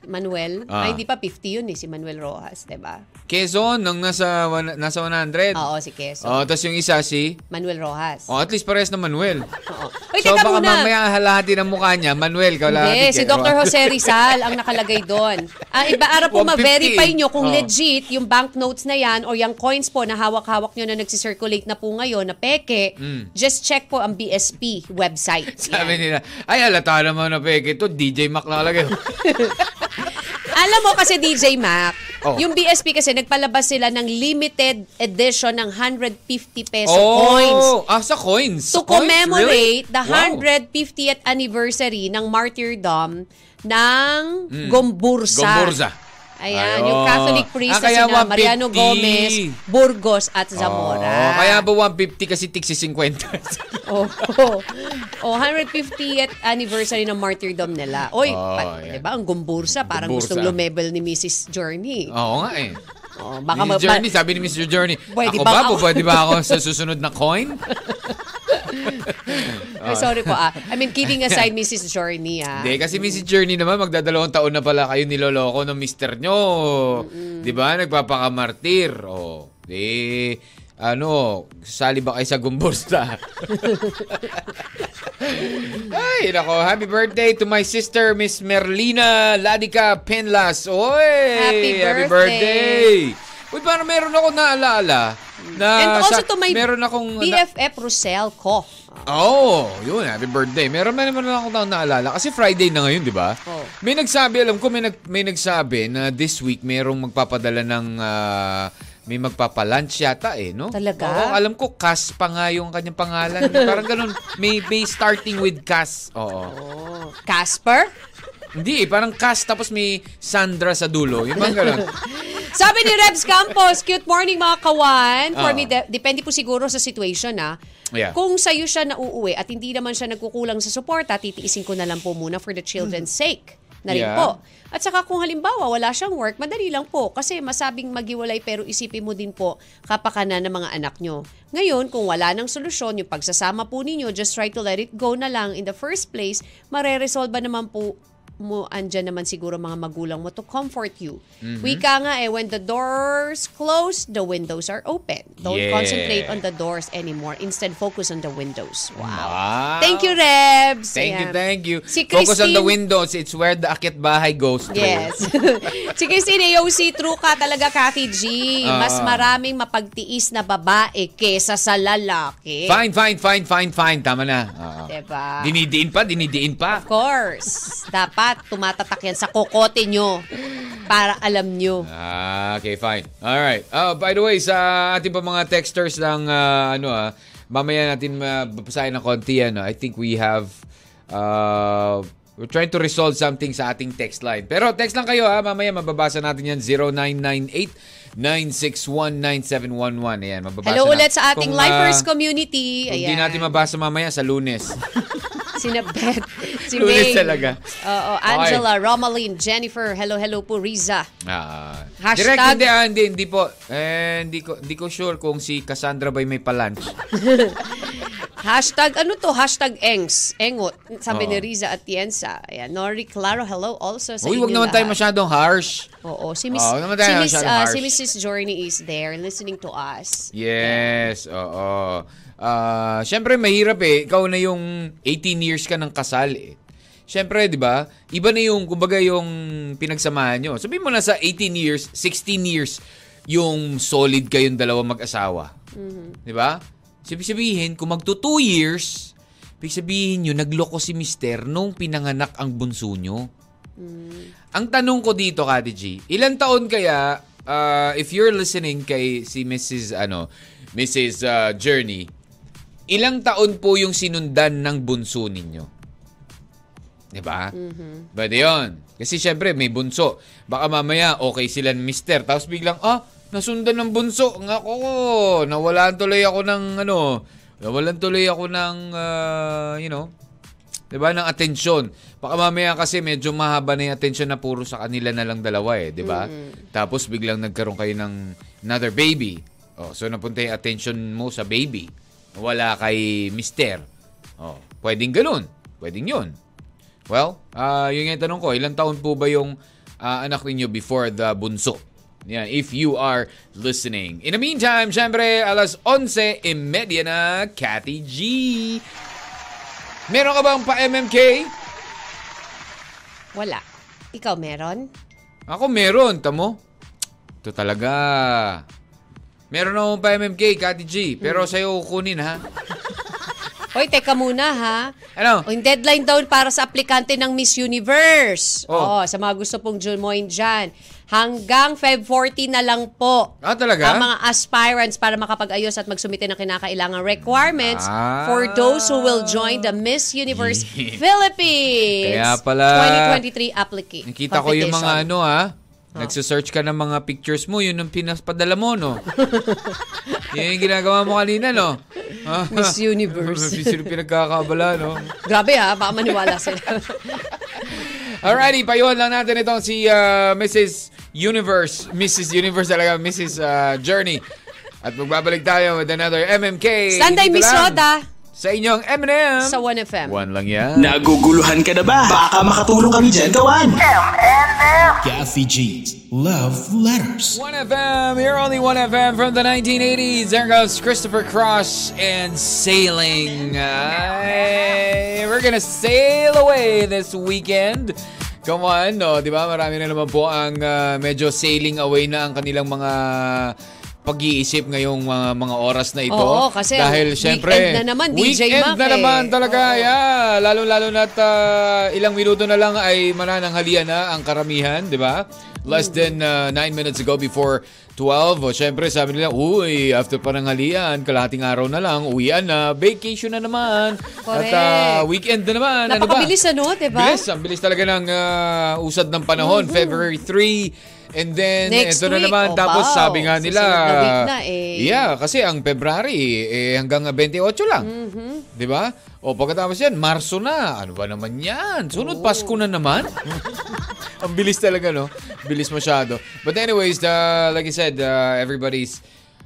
D: Manuel,
C: Ah.
D: ay di pa 50 yun eh, si Manuel Rojas, di ba?
C: Quezon, nung nasa, wan- nasa 100.
D: Oo, si Keso.
C: Oh, tapos yung isa si...
D: Manuel Rojas.
C: Oh, at least pares na Manuel.
D: Oo. Uy,
C: so
D: teka
C: baka
D: muna.
C: mamaya halahati ng mukha niya, Manuel, ka
D: Hindi, si Dr. Jose Rizal ang nakalagay doon. Ang iba para po
C: 150.
D: ma-verify nyo kung
C: Oh.
D: legit yung banknotes na yan or yung coins po na hawak-hawak nyo na nagsisirculate na po ngayon na peke, just check po ang BSP
C: Mm.
D: website.
C: Sabi
D: Yan.
C: nila, ay halata naman na peke ito, DJ Mac nakalagay.
D: Alam mo kasi DJ Mac,
C: Oh.
D: yung BSP kasi nagpalabas sila ng limited edition ng 150 peso coins.
C: Oh, ah, sa coins. Sa
D: to
C: coins, really?
D: commemorate the
C: Wow.
D: 150th anniversary ng martyrdom ng Gombursa.
C: Gombursa. Hmm.
D: Ayan,
C: Ayun.
D: yung Catholic
C: Ah,
D: priest
C: kaya
D: na sina
C: 150.
D: Mariano Gomez, Burgos at Zamora.
C: Oh, kaya ba 150 kasi tig si 50?
D: Oh, oh, oh, 150th anniversary ng martyrdom nila. Oy,
C: Oh,
D: pa-
C: ayan.
D: 'di ba ang Gombursa parang
C: Gombursa.
D: gustong lumebel ni Mrs. Journey.
C: Oo nga eh.
D: Oh,
C: Mr.
D: baka ma-
C: Journey, sabi ni Mr. Journey, ako
D: Pwede ba
C: ba,
D: ako?"
C: pwede ba ako sa susunod na coin?
D: Ay, sorry po ah. I mean, kidding aside Mrs. Journey ah.
C: Hindi, kasi Mrs. Journey naman, magdadalawang taon na pala kayo niloloko ng mister nyo. Di ba? Nagpapakamartir. O, di, ano, sali ba kayo sa gumbursa? Ay, nako, happy birthday to my sister, Miss Merlina Ladica Penlas. Oy!
D: Happy
C: birthday! Uy, parang meron ako naalala. Na
D: And
C: Ah,
D: also
C: sa-
D: to my
C: meron akong na-
D: BFF Rosel ko.
C: Oo, oh, yun, happy birthday. Meron man naman lang ako na naalala. Kasi Friday na ngayon, di ba?
D: Oo.
C: May nagsabi, alam ko, may, nag, may nagsabi na this week merong magpapadala ng... ah, may magpapalunch yata eh, no?
D: Talaga?
C: Oo, alam ko, Cas pa nga yung kanyang pangalan. Parang ganun, may, may starting with Cas. Oo.
D: Oh. Casper?
C: Hindi eh, parang Cas tapos may Sandra sa dulo. Yung mga ganun.
D: Sabi ni Rebs Campos, cute morning mga kawan. For
C: Ah.
D: me, de- depende po siguro sa situation na.
C: Yeah.
D: Kung sa'yo siya nauuwi at hindi naman siya nagkukulang sa suporta, titiisin ko na lang po muna for the children's sake na rin
C: Yeah.
D: po. At saka kung halimbawa wala siyang work, madali lang po. Kasi masabing maghiwalay pero isipin mo din po kapakanan ng mga anak nyo. Ngayon, kung wala ng solusyon, yung pagsasama po ninyo, just try to let it go na lang in the first place, mareresolve ba naman po mo andyan naman siguro mga magulang mo to comfort you.
C: Mm-hmm.
D: Wika nga eh, when the doors close, the windows are open. Don't
C: Yeah.
D: concentrate on the doors anymore. Instead, focus on the windows. Wow.
C: Wow.
D: Thank you, Rebs.
C: Ah, Thank you,
D: Ayan.
C: thank you.
D: Si
C: Focus on the
D: Christine-
C: windows. It's where the akit bahay goes through.
D: Yes. si Christine AOC, true ka talaga, Kathy G.
C: Ah.
D: Mas maraming mapagtiis na babae kesa sa lalaki.
C: Fine, fine, fine, fine, fine. Tama na. Oo.
D: Diba?
C: Dinidiin pa, dinidiin pa.
D: Of course. Dapat tumatatak yan sa kokote nyo para alam nyo.
C: Ah, okay, fine. All right. Oh, by the way, sa ating pa mga texters ng ah, ano ah, mamaya natin mababasahin ng konti ano. I think we have uh, we're trying to resolve something sa ating text line. Pero text lang kayo ha, mamaya mababasa natin yan 0998 961-9711. Ayan, mababasa
D: Hello
C: Ah, na.
D: ulit sa ating
C: Kung,
D: Lifers
C: ah,
D: community.
C: Kung
D: Ayan.
C: di natin mabasa mamaya sa lunes.
D: Sina Beth. Si
C: Lunes
D: May.
C: talaga.
D: Oo, Angela, Romaline, Jennifer. Hello, hello po, Riza.
C: Ah,
D: Hashtag-
C: direct hindi, ah, hindi, hindi po. Eh, hindi ko hindi ko sure kung si Cassandra ba yung may pa-lunch.
D: Hashtag, ano to? Hashtag Engs. Engot. Sabi
C: Oo.
D: ni Riza Atienza. Ayan. Nori Claro, hello also sa
C: Uy, wag
D: inyo
C: naman tayo
D: lahat.
C: masyadong harsh.
D: Oo, si Miss,
C: Oo, wag naman tayo
D: si, Miss,
C: masyadong
D: ah,
C: harsh.
D: si Mrs. Journey is there listening to us.
C: Yes, oo. Ah, Siyempre, mahirap eh. Ikaw na yung 18 years ka ng kasal eh. Siyempre, di ba? Iba na yung, kumbaga, yung pinagsamahan nyo. Sabihin mo na sa 18 years, 16 years, yung solid kayong dalawa mag-asawa. Di ba? Sabi- Sabihin, kung magto 2 years, Ibig sabihin nyo, nagloko si mister nung pinanganak ang bunso nyo. Ang tanong ko dito, Kati G, ilan taon kaya, uh, if you're listening kay si Mrs. ano, Mrs. uh, Journey, ilang taon po yung sinundan ng bunso ninyo? 'Di ba? Pwede 'yon. Kasi syempre may bunso. Baka mamaya okay sila ng mister tapos biglang ah nasundan ng bunso. Nga ko, nawalan tuloy ako ng ano, nawalan tuloy ako ng ah, you know, 'di ba Diba? ng atensyon. Baka mamaya kasi medyo mahaba na 'yung atensyon na puro sa kanila na lang dalawa eh, 'di ba? Tapos biglang nagkaroon kayo ng another baby. Oh, so napunta 'yung attention mo sa baby. Wala kay mister. Oh, pwedeng ganun. Pwedeng 'yun. Well, ah, yun nga yung tanong ko. Ilang taon po ba yung ah, anak ninyo before the bunso? Yan, if you are listening. In the meantime, syempre, alas 11.30 na, Cathy G. Meron ka bang pa-MMK?
D: Wala. Ikaw meron?
C: Ako meron, tamo. Ito talaga. Meron akong pa-MMK, Cathy G. Pero
D: Hmm.
C: sa'yo kukunin, ha?
D: Hoy, teka muna ha.
C: Ano?
D: O, yung deadline daw para sa aplikante ng Miss Universe.
C: Oh.
D: Oh. sa mga gusto pong join dyan. Hanggang Feb 14 na lang po.
C: Ah, talaga?
D: Ang mga aspirants para makapag-ayos at magsumite ng kinakailangang requirements
C: Ah.
D: for those who will join the Miss Universe Philippines
C: Kaya pala.
D: 2023 applicant.
C: Nakita ko yung mga ano, ha?
D: Ah.
C: Nagsisearch ka ng mga pictures mo, yun ang pinaspadala mo, no? yun yung ginagawa mo kanina, no?
D: Miss Universe.
C: Sino pinagkakabala, no?
D: Grabe ha, baka maniwala sila.
C: Alrighty, payuhan lang natin itong si ah, Mrs. Universe. Mrs. Universe talaga, Mrs. ah, Journey. At magbabalik tayo with another MMK.
D: Standby
C: Dito
D: Miss
C: lang
D: Rhoda
C: Sa inyong M&M.
D: sa 1FM.
C: One lang yan.
A: Naguguluhan ka na ba? Baka makatulong kami dyan, gawan!
B: M&M.
A: Kathy E G's Love Letters.
C: 1FM, you're only 1FM from the 1980s. There goes Christopher Cross and sailing. Ay, we're gonna sail away this weekend. Come on, no, di ba? Marami na naman po ang ah, medyo sailing away na ang kanilang mga pag-iisip ngayong mga, mga oras na ito.
D: Oo, kasi
C: Dahil
D: weekend
C: syempre,
D: na naman, DJ
C: weekend na
D: Mac eh.
C: naman talaga.
D: Oo.
C: Yeah, lalo-lalo na at, ah, ilang minuto na lang ay manananghalian na ang karamihan, di ba?
D: Mm.
C: Less than 9 minutes ago before 12. O syempre, sabi nila, uy, after pananghalian, kalahating araw na lang, uwian na, vacation na naman. At
D: Correct.
C: ah, weekend na naman. Ano ba?
D: Napakabilis ano, di ba? Mm-hmm.
C: Bilis, ang bilis talaga ng ah, usad ng panahon. February 3, and then
D: Next
C: ito na
D: week.
C: naman.
D: Oh,
C: Tapos
D: wow.
C: sabi nga nila,
D: Susunod na week na eh.
C: yeah, kasi ang February eh, hanggang 28 lang.
D: Mm-hmm.
C: Di ba? O pagkatapos yan, Marso na. Ano ba naman yan? Sunod, Pasko na naman. ang bilis talaga, no? Bilis masyado. But anyways, the, like I said, uh, everybody's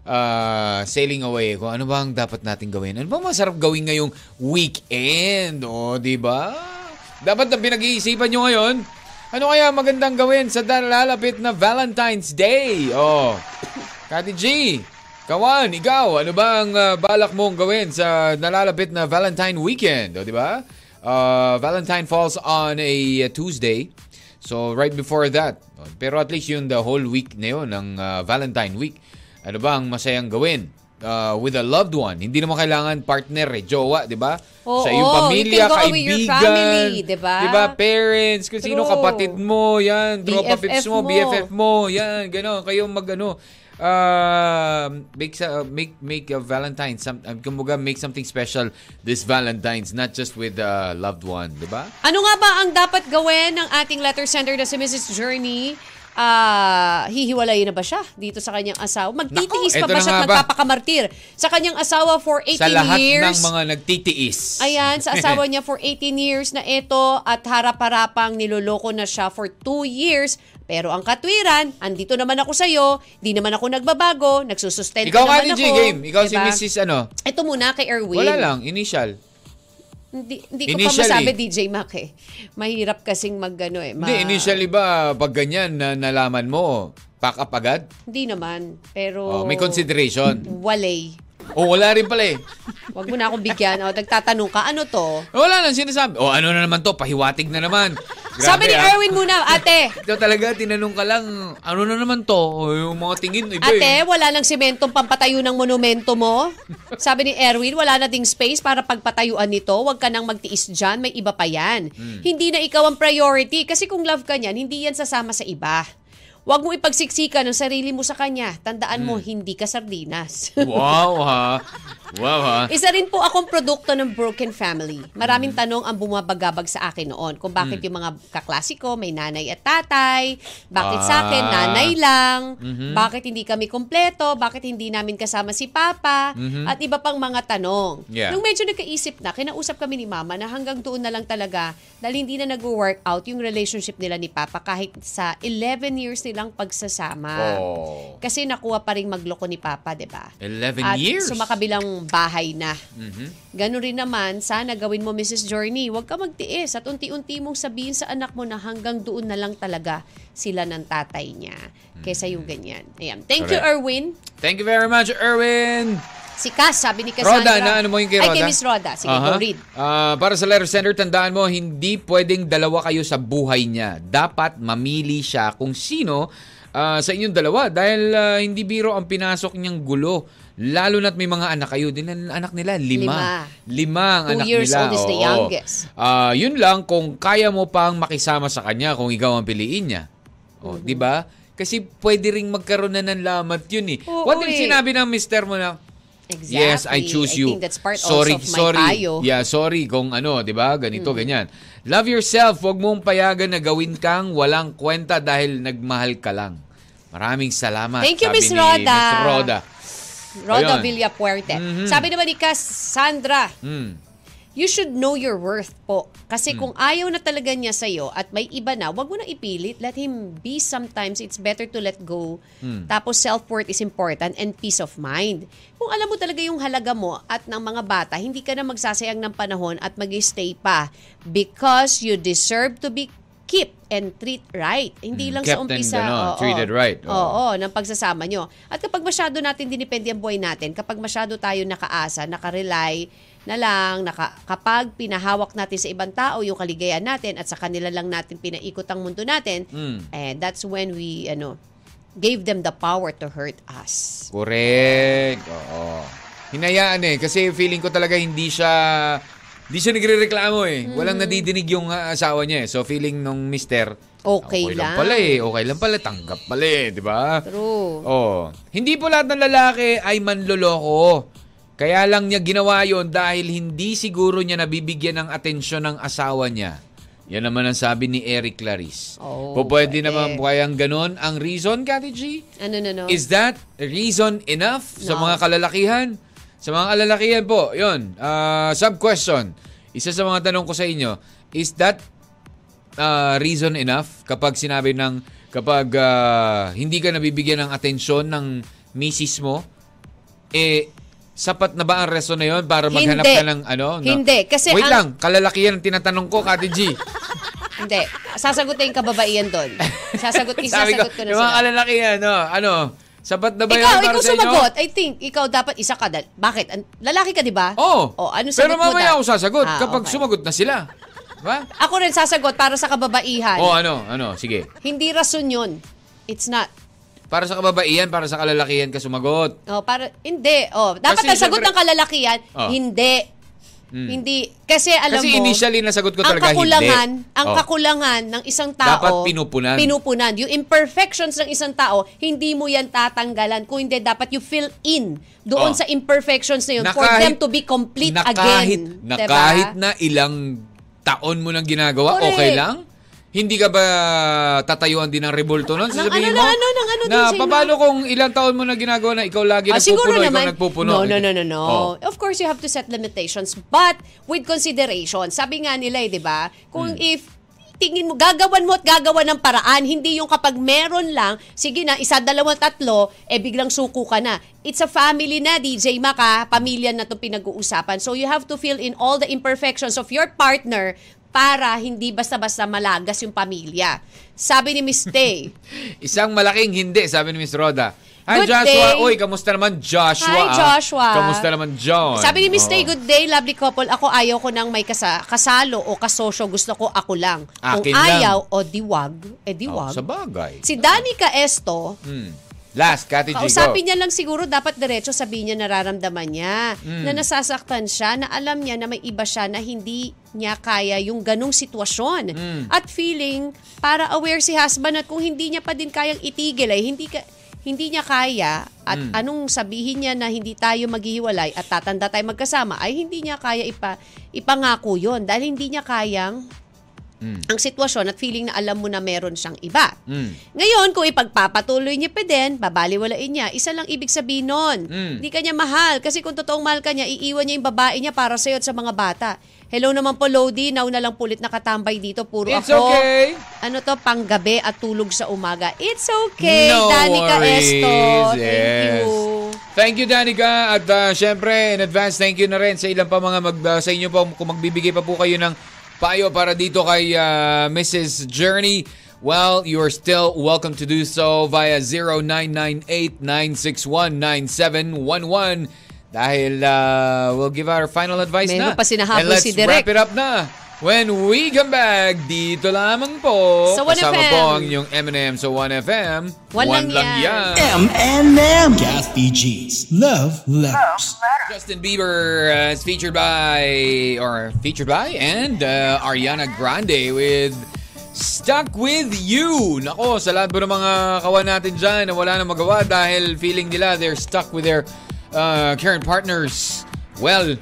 C: uh, sailing away. Kung ano ba ang dapat natin gawin? Ano ba masarap gawin ngayong weekend? O, di ba? Dapat na pinag-iisipan nyo ngayon. Ano kaya magandang gawin sa lalapit na Valentine's Day? Oh, Kati G, kawan, ikaw, ano ba ang uh, balak mong gawin sa nalalapit na Valentine weekend? O, di ba? Uh, Valentine falls on a uh, Tuesday. So right before that. Pero at least yun the whole week na yun ng uh, Valentine week. Ano ba ang masayang gawin? Uh, with a loved one. Hindi naman kailangan partner eh, jowa, di ba? sa
D: Oo,
C: iyong
D: you
C: pamilya,
D: can go away
C: kaibigan,
D: your family, di ba?
C: Di ba? Parents, kung sino
D: True.
C: kapatid mo, yan, tropa
D: BFF
C: pips mo,
D: mo.
C: BFF mo, yan, gano'n. Kayo mag ano, uh, make, sa- make, make a Valentine, some, uh, kumbaga make something special this Valentine's, not just with a loved one, di ba?
D: Ano nga ba ang dapat gawin ng ating letter sender na si Mrs. Journey? Ah, hihiwalay na ba siya dito sa kanyang asawa? Magtitiis
C: Nako,
D: pa
C: eto
D: ba
C: na
D: siya
C: nga
D: at
C: ba?
D: magpapakamartir? Sa kanyang asawa for 18
C: sa lahat
D: years.
C: ng mga nagtitiis.
D: Ayan, sa asawa niya for 18 years na ito at harap-harapang niloloko na siya for 2 years. Pero ang katwiran, andito naman ako sa'yo, di naman ako nagbabago, nagsusustento
C: Ikaw ka ni
D: naman ako.
C: G-Game. Ikaw
D: Diba?
C: si Mrs. Ano.
D: Ito muna kay Erwin.
C: Wala lang. Initial.
D: Hindi, hindi ko
C: Initially.
D: pa masabi DJ Mac eh. Mahirap kasing mag ano eh. ma-
C: Hindi, initially ba pag ganyan na nalaman mo, pack up agad?
D: Hindi naman. Pero...
C: Oh, may Oh, consideration.
D: Walay.
C: O, wala rin pala eh.
D: Huwag mo na akong bigyan. O, nagtatanong ka, ano to?
C: Wala lang sinasabi. O, ano na naman to? Pahiwatig na naman. Grabe,
D: Sabi ni
C: ah.
D: Erwin muna, ate.
C: Ito talaga, tinanong ka lang, ano na naman to? O, yung mga tingin, iba eh.
D: Ate, wala nang simentong pampatayo ng monumento mo. Sabi ni Erwin, wala na ding space para pagpatayuan nito. Huwag ka nang magtiis dyan, may iba pa yan.
C: Hmm.
D: Hindi na ikaw ang priority kasi kung love ka niyan, hindi yan sasama sa iba. Huwag mo ipagsiksikan ang sarili mo sa kanya. Tandaan mo,
C: Hmm.
D: hindi ka sardinas.
C: Wow ha. Wow ha.
D: Isa rin po akong produkto ng broken family.
C: Mm.
D: Maraming tanong ang bumabagabag sa akin noon kung bakit yung mga kaklasiko may nanay at tatay, bakit sa akin
C: Ah. Mm-hmm.
D: nanay lang, bakit hindi kami kompleto, bakit hindi namin kasama si papa, at iba pang mga tanong.
C: Mm-hmm. Yeah.
D: Nung medyo nagkaisip na, kinausap kami ni mama na hanggang doon na lang talaga dahil hindi na nag-work out yung relationship nila ni papa kahit sa 11 years nilang pagsasama.
C: Oh.
D: Kasi nakuha pa rin magloko ni Papa, di ba?
C: 11
D: At
C: years.
D: sumakabilang bahay na.
C: Mhm.
D: Ganun rin naman, sana gawin mo Mrs. Journey, huwag ka magtiis at unti-unti mong sabihin sa anak mo na hanggang doon na lang talaga sila ng tatay niya. Kesa yung ganyan. Ayan. Thank you,
C: Mm. Correct.
D: Erwin.
C: Thank you very much, Erwin.
D: Si Cass, sabi ni Cassandra.
C: Roda, na ano mo yung kay Roda?
D: Ay, kay Miss Roda. Sige,
C: Aha.
D: go read.
C: Ah, para sa letter sender, tandaan mo, hindi pwedeng dalawa kayo sa buhay niya. Dapat mamili siya kung sino ah, sa inyong dalawa dahil ah, hindi biro ang pinasok niyang gulo. Lalo na't may mga anak kayo. Din ang anak nila, lima. Lima. ang
D: Two
C: anak
D: years
C: nila.
D: old is the
C: Oo.
D: youngest.
C: Ah, yun lang kung kaya mo pang makisama sa kanya kung ikaw ang piliin niya. O,
D: Mm-hmm.
C: di ba? Kasi pwede ring magkaroon na ng lamat yun eh.
D: Oo,
C: What if
D: eh.
C: sinabi ng mister mo na,
D: Exactly.
C: Yes, I choose you.
D: I think that's part
C: sorry,
D: also of my
C: sorry.
D: payo. Mm.
C: Yeah, sorry kung ano, 'di ba? Ganito, ganyan. Love yourself. Huwag mong payagan na gawin kang walang kwenta dahil nagmahal ka lang. Maraming salamat.
D: Thank you,
C: sabi
D: Miss
C: ni
D: Roda.
C: Miss Roda.
D: Roda
C: Ayun. Mhm.
D: Villapuerte. Sabi naman ni Cassandra,
C: Mm.
D: you should know your worth po. Kasi kung ayaw na talaga niya sa'yo at may iba na, wag mo na ipilit. Let him be sometimes. It's better to let go.
C: Mm.
D: Tapos self-worth is important and peace of mind. Kung alam mo talaga yung halaga mo at ng mga bata, hindi ka na magsasayang ng panahon at mag stay pa because you deserve to be kept and treat right.
C: Mm,
D: Hindi lang
C: kept
D: sa
C: and
D: umpisa.
C: ganon,
D: oo.
C: treated right. Oo.
D: Oo oo, oh, ng pagsasama nyo. At kapag masyado natin dinipende ang buhay natin, kapag masyado tayo nakaasa, nakarely na lang, naka, kapag pinahawak natin sa ibang tao yung kaligayahan natin at sa kanila lang natin pinaikot ang mundo natin,
C: Mm.
D: and that's when we, ano, gave them the power to hurt us.
C: Correct. Oo. Hinayaan eh kasi feeling ko talaga hindi siya hindi siya nagrereklamo eh. Walang
D: Mm.
C: nadidinig yung ah, asawa niya eh. So feeling nung mister
D: Okay
C: lang
D: lang.
C: pala eh. Okay lang pala. Tanggap pala eh. Di ba?
D: True.
C: Oh, hindi po lahat ng lalaki ay manloloko. Kaya lang niya ginawa yon dahil hindi siguro niya nabibigyan ng atensyon ng asawa niya. Yan naman ang sabi ni Eric Clarice.
D: Oh,
C: po, pwede
D: pwede.
C: naman po kayang ganun. Ang reason, Kati G,
D: Ano, no, no?
C: is that reason enough sa
D: No.
C: mga kalalakihan? Sa mga kalalakihan po, yun, ah, sub-question. Isa sa mga tanong ko sa inyo, is that ah, reason enough kapag sinabi ng, kapag ah, hindi ka nabibigyan ng atensyon ng misis mo, eh, sapat na ba ang reason na yun para
D: Hindi.
C: maghanap ka ng ano? no?
D: Hindi, kasi
C: Wait
D: ang-
C: lang, kalalakihan ang tinatanong ko, Kati G.
D: Hindi. Sasagutin kababaihan doon. Sasagot,
C: Sabi
D: isasagot ko, na
C: yung mga
D: sila.
C: kalalakihan, no, ano, sapat na ba
D: ikaw,
C: yun para
D: ikaw
C: sa inyo?
D: sumagot. I think, ikaw dapat isa ka. Dal- Bakit? An- Lalaki ka, di ba?
C: Oo.
D: O, ano
C: Oh, Pero
D: sagot mo
C: mamaya
D: dal-
C: ako sasagot
D: Ah,
C: kapag
D: okay.
C: sumagot na sila. Diba?
D: Ako rin sasagot para sa kababaihan.
C: O ano, ano, sige.
D: Hindi rason yun. It's not.
C: Para sa kababaihan, para sa kalalakihan ka sumagot.
D: Oh, para, hindi. Oh, dapat
C: Kasi
D: ang sagot
C: syempre-
D: ng kalalakihan,
C: Oh. Hmm.
D: hindi. Hindi. Kasi alam
C: Kasi
D: mo,
C: initially nasagot ko
D: ang
C: talaga
D: kakulangan,
C: hindi.
D: ang
C: Oh.
D: kakulangan ng isang tao,
C: Dapat pinupunan.
D: Pinupunan. Yung imperfections ng isang tao, hindi mo yan tatanggalan. Kung hindi, dapat you fill in doon
C: Oh.
D: sa imperfections na yun for
C: kahit-
D: them to be complete
C: na kahit,
D: again.
C: Na
D: Diba?
C: kahit na ilang taon mo nang ginagawa,
D: Correct.
C: okay lang? Hindi ka ba tatayuan din ng revolto nun?
D: Ng
C: Sasabihin
D: ano,
C: mo,
D: ng ano, ng ano
C: na
D: din sa inyo?
C: paano kung ilang taon mo na ginagawa na ikaw lagi
D: Ah,
C: nagpupuno,
D: siguro
C: ikaw
D: naman.
C: nagpupuno.
D: No, no, no, no, no.
C: Oh.
D: Of course, you have to set limitations. But with consideration, sabi nga nila eh, di
C: Hmm.
D: ba? Kung if tingin mo, gagawan mo at gagawan ng paraan, hindi yung kapag meron lang, sige na, isa, dalawa, tatlo, eh biglang suko ka na. It's a family na, DJ Maka, ah. pamilya na itong pinag-uusapan. So you have to fill in all the imperfections of your partner para hindi basta-basta malagas yung pamilya. Sabi ni Miss Tay,
C: Isang malaking hindi, sabi ni Miss Roda. Hi,
D: Good
C: Joshua.
D: day.
C: Uy, kamusta naman, Joshua?
D: Hi,
C: ah?
D: Joshua.
C: Kamusta naman, John? Oh.
D: Sabi ni Miss Tay,
C: Oo.
D: good day, lovely couple. Ako ayaw ko nang may kasa, kasalo o kasosyo. Gusto ko ako lang. Kung
C: Akin lang.
D: ayaw o diwag, eh
C: Oh,
D: diwag.
C: sa bagay. Hmm.
D: si Danica Esto,
C: Last, Kati G, go.
D: kausapin niya lang siguro dapat diretso sabihin niya nararamdaman niya na nasasaktan siya, na alam niya na may iba siya na hindi niya kaya yung ganong sitwasyon. At feeling, para aware si husband at kung hindi niya pa din kayang itigil ay hindi ka hindi niya kaya at anong sabihin niya na hindi tayo maghihiwalay at tatanda tayo magkasama ay hindi niya kaya ipa, ipangako yon dahil hindi niya kayang ang sitwasyon at feeling na alam mo na meron siyang iba.
C: Mm.
D: Ngayon, kung ipagpapatuloy niya pa din, babaliwalain niya, isa lang ibig sabihin nun.
C: Mm.
D: Hindi ka niya mahal. Kasi kung totoong mahal ka niya, iiwan niya yung babae niya para sa'yo at sa mga bata. Hello naman po, Lodi. Now na lang pulit nakatambay dito. Puro
C: It's
D: ako.
C: okay.
D: Ano to, panggabi at tulog sa umaga. It's okay,
C: No
D: Danica
C: worries.
D: Esto. Thank
C: Yes.
D: you.
C: Thank you, Danica. At uh, syempre, in advance, thank you na rin sa ilang pa mga mag, uh, sa inyo po kung magbibigay pa po kayo ng payo para dito kay uh, Mrs. Journey. Well, you are still welcome to do so via 0998-961-9711 dahil uh, we'll give our final advice
D: Meron
C: na.
D: pa sinahapon
C: And let's
D: si Direk.
C: wrap it up na. When we come back, dito lamang po.
D: Sa 1FM.
C: kasama po ang yung M&M sa 1FM.
D: One lang yan.
A: M&M. Kathy G's Love Letters.
C: Justin Bieber uh, is featured by, or featured by, and uh, Ariana Grande with Stuck With You. Nako, sa lahat po ng mga kawan natin dyan na wala na magawa dahil feeling nila they're stuck with their uh, current partners. Well,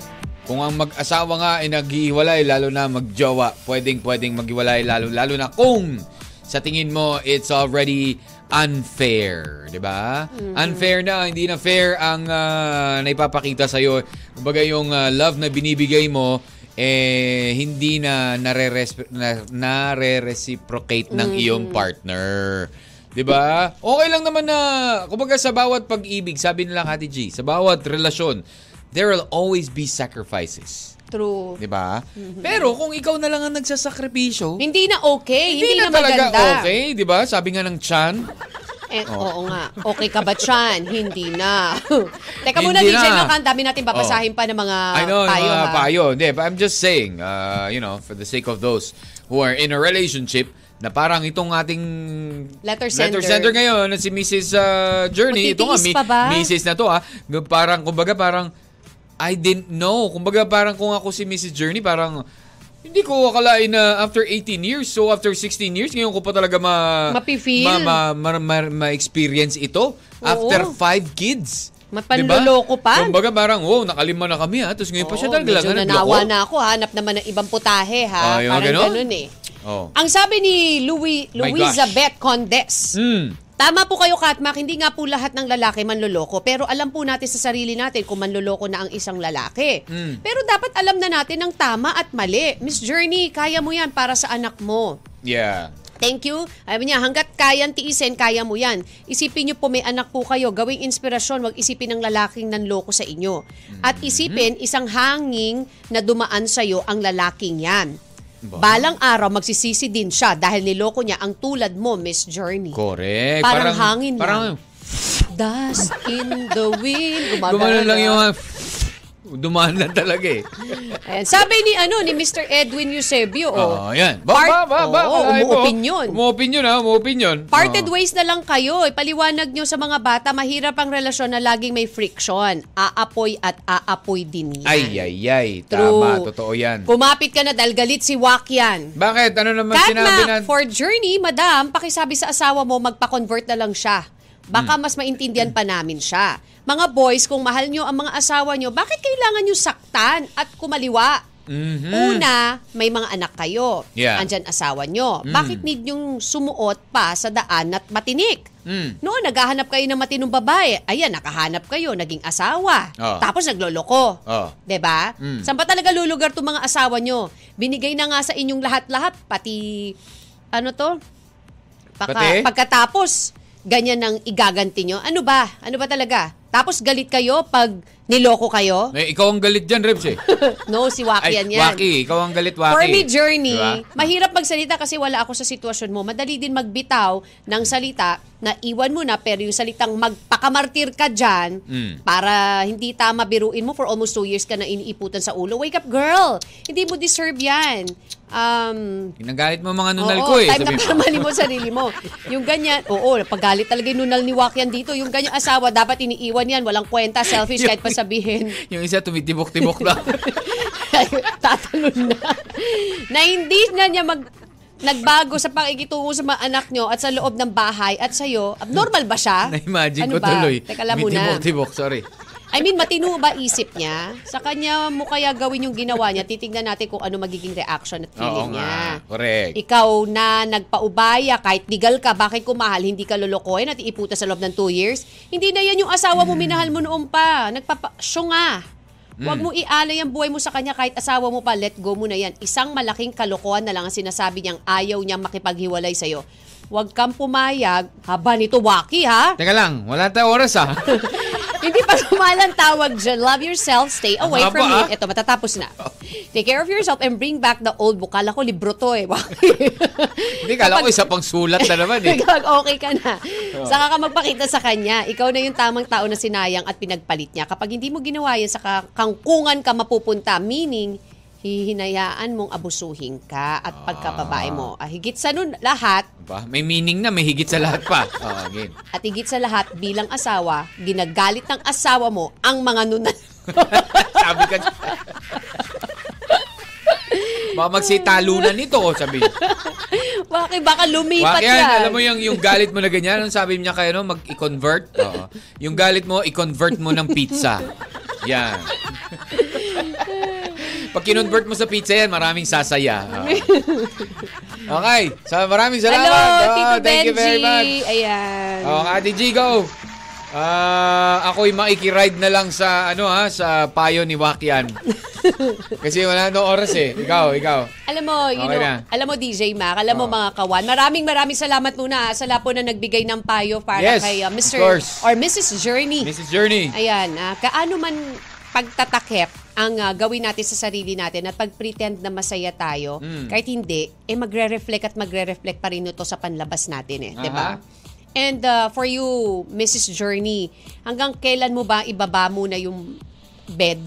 C: kung ang mag-asawa nga ay naghihiwalay, lalo na magjowa, pwedeng-pwedeng maghiwalay, lalo-lalo na kung sa tingin mo it's already unfair, 'di ba? Unfair na, hindi na fair ang ah, naipapakita sa iyo. Kumbaga yung ah, love na binibigay mo eh hindi na nare-respe- na, nare-reciprocate ng iyong partner. 'Di ba? Okay lang naman na kumbaga sa bawat pag-ibig, sabi nila Kati G, sa bawat relasyon, there will always be sacrifices.
D: True.
C: 'Di ba? Pero kung ikaw na lang ang nagsasakripisyo,
D: Hindi na okay. Hindi, na,
C: talaga
D: maganda.
C: okay, di ba? Sabi nga ng Chan.
D: Eh,
C: Oh.
D: Oo nga. Okay ka ba, Chan? Hindi na. Teka muna,
C: Hindi
D: DJ,
C: na. Oh.
D: no, ang dami natin babasahin pa ng mga
C: I know,
D: payo,
C: mga
D: ha?
C: payo. Hindi, but I'm just saying, uh, you know, for the sake of those who are in a relationship, na parang itong ating
D: Letter sender.
C: ngayon na si Mrs. uh, Journey, ito nga,
D: Matitiis pa ba?
C: Mrs. na to ah, G- parang, kumbaga parang, I didn't know. Kumbaga parang kung ako si Mrs. Journey, parang, hindi ko akalain na after 18 years, so after 16 years, ngayon ko pa talaga ma...
D: Mapifeel.
C: Ma, ma, ma, ma- ma-experience ito. After five kids. Diba?
D: Mapanloloko pa.
C: Kumbaga parang, wow, nakalima na kami ha. Tapos ngayon pa siya
D: Oo,
C: talaga
D: medyo
C: lang,
D: nanawa
C: nagloko.
D: na ako. Hanap naman ng ibang putahe, ha?
C: Ah, yung
D: Parang
C: ganun?
D: ganun, eh.
C: Oh.
D: Ang sabi ni Louis,
C: My
D: Louisa
C: gosh.
D: Beth Condes,
C: Mm.
D: Tama po kayo, Katmak. Hindi nga po lahat ng lalaki manloloko. Pero alam po natin sa sarili natin kung manloloko na ang isang lalaki.
C: Hmm.
D: Pero dapat alam na natin ang tama at mali. Miss Journey, kaya mo yan para sa anak mo.
C: Yeah.
D: Thank you. Ayaw niya, hanggat kayang tiisin, kaya mo yan. Isipin niyo po may anak po kayo, gawing inspirasyon, wag isipin ng lalaking nanloko sa inyo. At
C: Mm-hmm.
D: isipin, isang hanging na dumaan sa iyo ang lalaking yan. Balang araw, magsisisi din siya dahil niloko niya ang tulad mo, Miss Journey.
C: Correct.
D: Parang hangin
C: parang,
D: lang. Dust in the wind. Gumagana
C: Gumanon lang
D: na.
C: yung... Dumaan lang talaga eh.
D: Ayan. Sabi ni ano ni Mr. Edwin Eusebio,
C: Oo,
D: oh,
C: yan. Ba,
D: Part-
C: ba, ba, ba.
D: Oo,
C: Wala, eh, po.
D: umuopinyon.
C: Umuopinyon ha, Oh. umuopinyon.
D: Parted
C: Oo.
D: ways na lang kayo. Ipaliwanag nyo sa mga bata, mahirap ang relasyon na laging may friction. Aapoy at aapoy din yan.
C: Ay, ay, ay.
D: True.
C: Tama, totoo yan.
D: Kumapit ka na dahil galit si Wak yan.
C: Bakit? Ano naman sinabi na...
D: Katma, for journey, madam, pakisabi sa asawa mo, magpa-convert na lang siya. Baka mas maintindihan pa namin siya. Mga boys, kung mahal nyo ang mga asawa nyo, bakit kailangan nyo saktan at kumaliwa? Una, may mga anak kayo.
C: Mhm. Yeah. Mm.
D: Andyan asawa nyo. Bakit need yung sumuot pa sa daan at matinik?
C: Mm.
D: No, naghahanap kayo ng matinong babae. Ayan, nakahanap kayo, naging asawa.
C: Oh.
D: Tapos nagloloko.
C: Oh.
D: 'Di ba? Diba? Saan ba talaga lulugar 'tong mga asawa nyo? Binigay na nga sa inyong lahat-lahat pati ano 'to? Paka-
C: Pati?
D: pagkatapos ganyan ang igaganti nyo. Ano ba? Ano ba talaga? Tapos galit kayo pag Niloko kayo?
C: Eh, ikaw ang galit dyan, Rebs eh.
D: No, si Waki
C: Ay,
D: yan yan.
C: Waki, ikaw ang galit, Waki.
D: For me, journey,
C: Diba?
D: mahirap magsalita kasi wala ako sa sitwasyon mo. Madali din magbitaw ng salita na iwan mo na pero yung salitang magpakamartir ka dyan
C: Mm.
D: para hindi tama biruin mo for almost two years ka na iniiputan sa ulo. Wake up, girl! Hindi mo deserve yan. Um,
C: Ginagalit mo mga nunal
D: oo,
C: ko eh.
D: time
C: sabi
D: na
C: mo.
D: para malimot sarili mo. Yung ganyan, oo, paggalit talaga yung nunal ni Waki yan dito. Yung ganyan asawa, dapat iniiwan yan. Walang kwenta, selfish kahit pasabihin.
C: Yung isa tumitibok-tibok lang.
D: tatalon na. na hindi na niya mag nagbago sa pakikitungo sa mga anak nyo at sa loob ng bahay at sa'yo. Abnormal ba siya?
C: Na-imagine
D: Ano
C: ko tuloy.
D: Teka lang muna.
C: Tumitibok-tibok, sorry.
D: I mean, matino ba isip niya? Sa kanya mo kaya gawin yung ginawa niya, titignan natin kung ano magiging reaction at
C: Oo
D: feeling niya.
C: nga, correct.
D: Ikaw na nagpaubaya, kahit legal ka, bakit kumahal, hindi ka lolokohin at iiputa sa loob ng two years? Hindi na yan yung asawa
C: Hmm.
D: mo, minahal mo noon pa. Nagpapa... Siyo nga. Huwag mo ialay ang buhay mo sa kanya kahit asawa mo pa, let go mo na yan. Isang malaking kalokohan na lang ang sinasabi niyang ayaw niyang makipaghiwalay sa'yo. Huwag kang pumayag. Haba nito, waki ha?
C: Teka lang, wala tayong oras ah.
D: Hindi pa sumalang tawag dyan. Love yourself, stay away
C: Ang
D: from
C: haba,
D: it. Ito, matatapos na. Take care of yourself and bring back the old book. Kala ko libro to eh.
C: Hindi, kala ko isa pang sulat na naman eh.
D: Kapag okay ka na, saka ka magpakita sa kanya. Ikaw na yung tamang tao na sinayang at pinagpalit niya. Kapag hindi mo ginawa yan, saka kangkungan ka mapupunta. Meaning, hihinayaan mong abusuhin ka at pagkababae mo. Ah, higit sa nun lahat,
C: Ba, may meaning na, may higit sa lahat pa. Oo, game.
D: at higit sa lahat bilang asawa, ginagalit ng asawa mo ang mga nunal.
C: Sabi ka dyan. Baka magsitalunan nito, sabi niya.
D: Bakit eh, baka lumipat
C: Bakyan,
D: yan?
C: alam mo yung, yung galit mo na ganyan, anong sabi niya kayo, no? mag-i-convert? Oo. Yung galit mo, i-convert mo ng pizza. Yan. Pag kinonvert mo sa pizza yan, maraming sasaya. Oo. Okay, so maraming salamat.
D: Hello,
C: Oo,
D: Tito Benji.
C: Thank you very much.
D: Ayan.
C: Oh, Ate G, go! Ah, ako'y maikiride na lang sa ano ha, sa payo ni Wakyan. Kasi wala no oras eh. Ikaw, ikaw.
D: Alam mo, you
C: Okay na.
D: know,
C: Oh.
D: alam mo DJ Mac, alam mo mga kawan, maraming maraming salamat muna ah, sa lapo na nagbigay ng payo para
C: Yes,
D: kay ah,
C: of
D: Mr.
C: course.
D: or Mrs. Journey.
C: Mrs. Journey.
D: Ayan, ah, kaano man pagtatakip ang ah, gawin natin sa sarili natin at pag-pretend na masaya tayo, kahit hindi, eh magre-reflect at magre-reflect pa rin ito sa panlabas natin eh, 'di ba?
C: Aha.
D: And ah, for you, Mrs. Journey, hanggang kailan mo ba ibaba muna yung bed?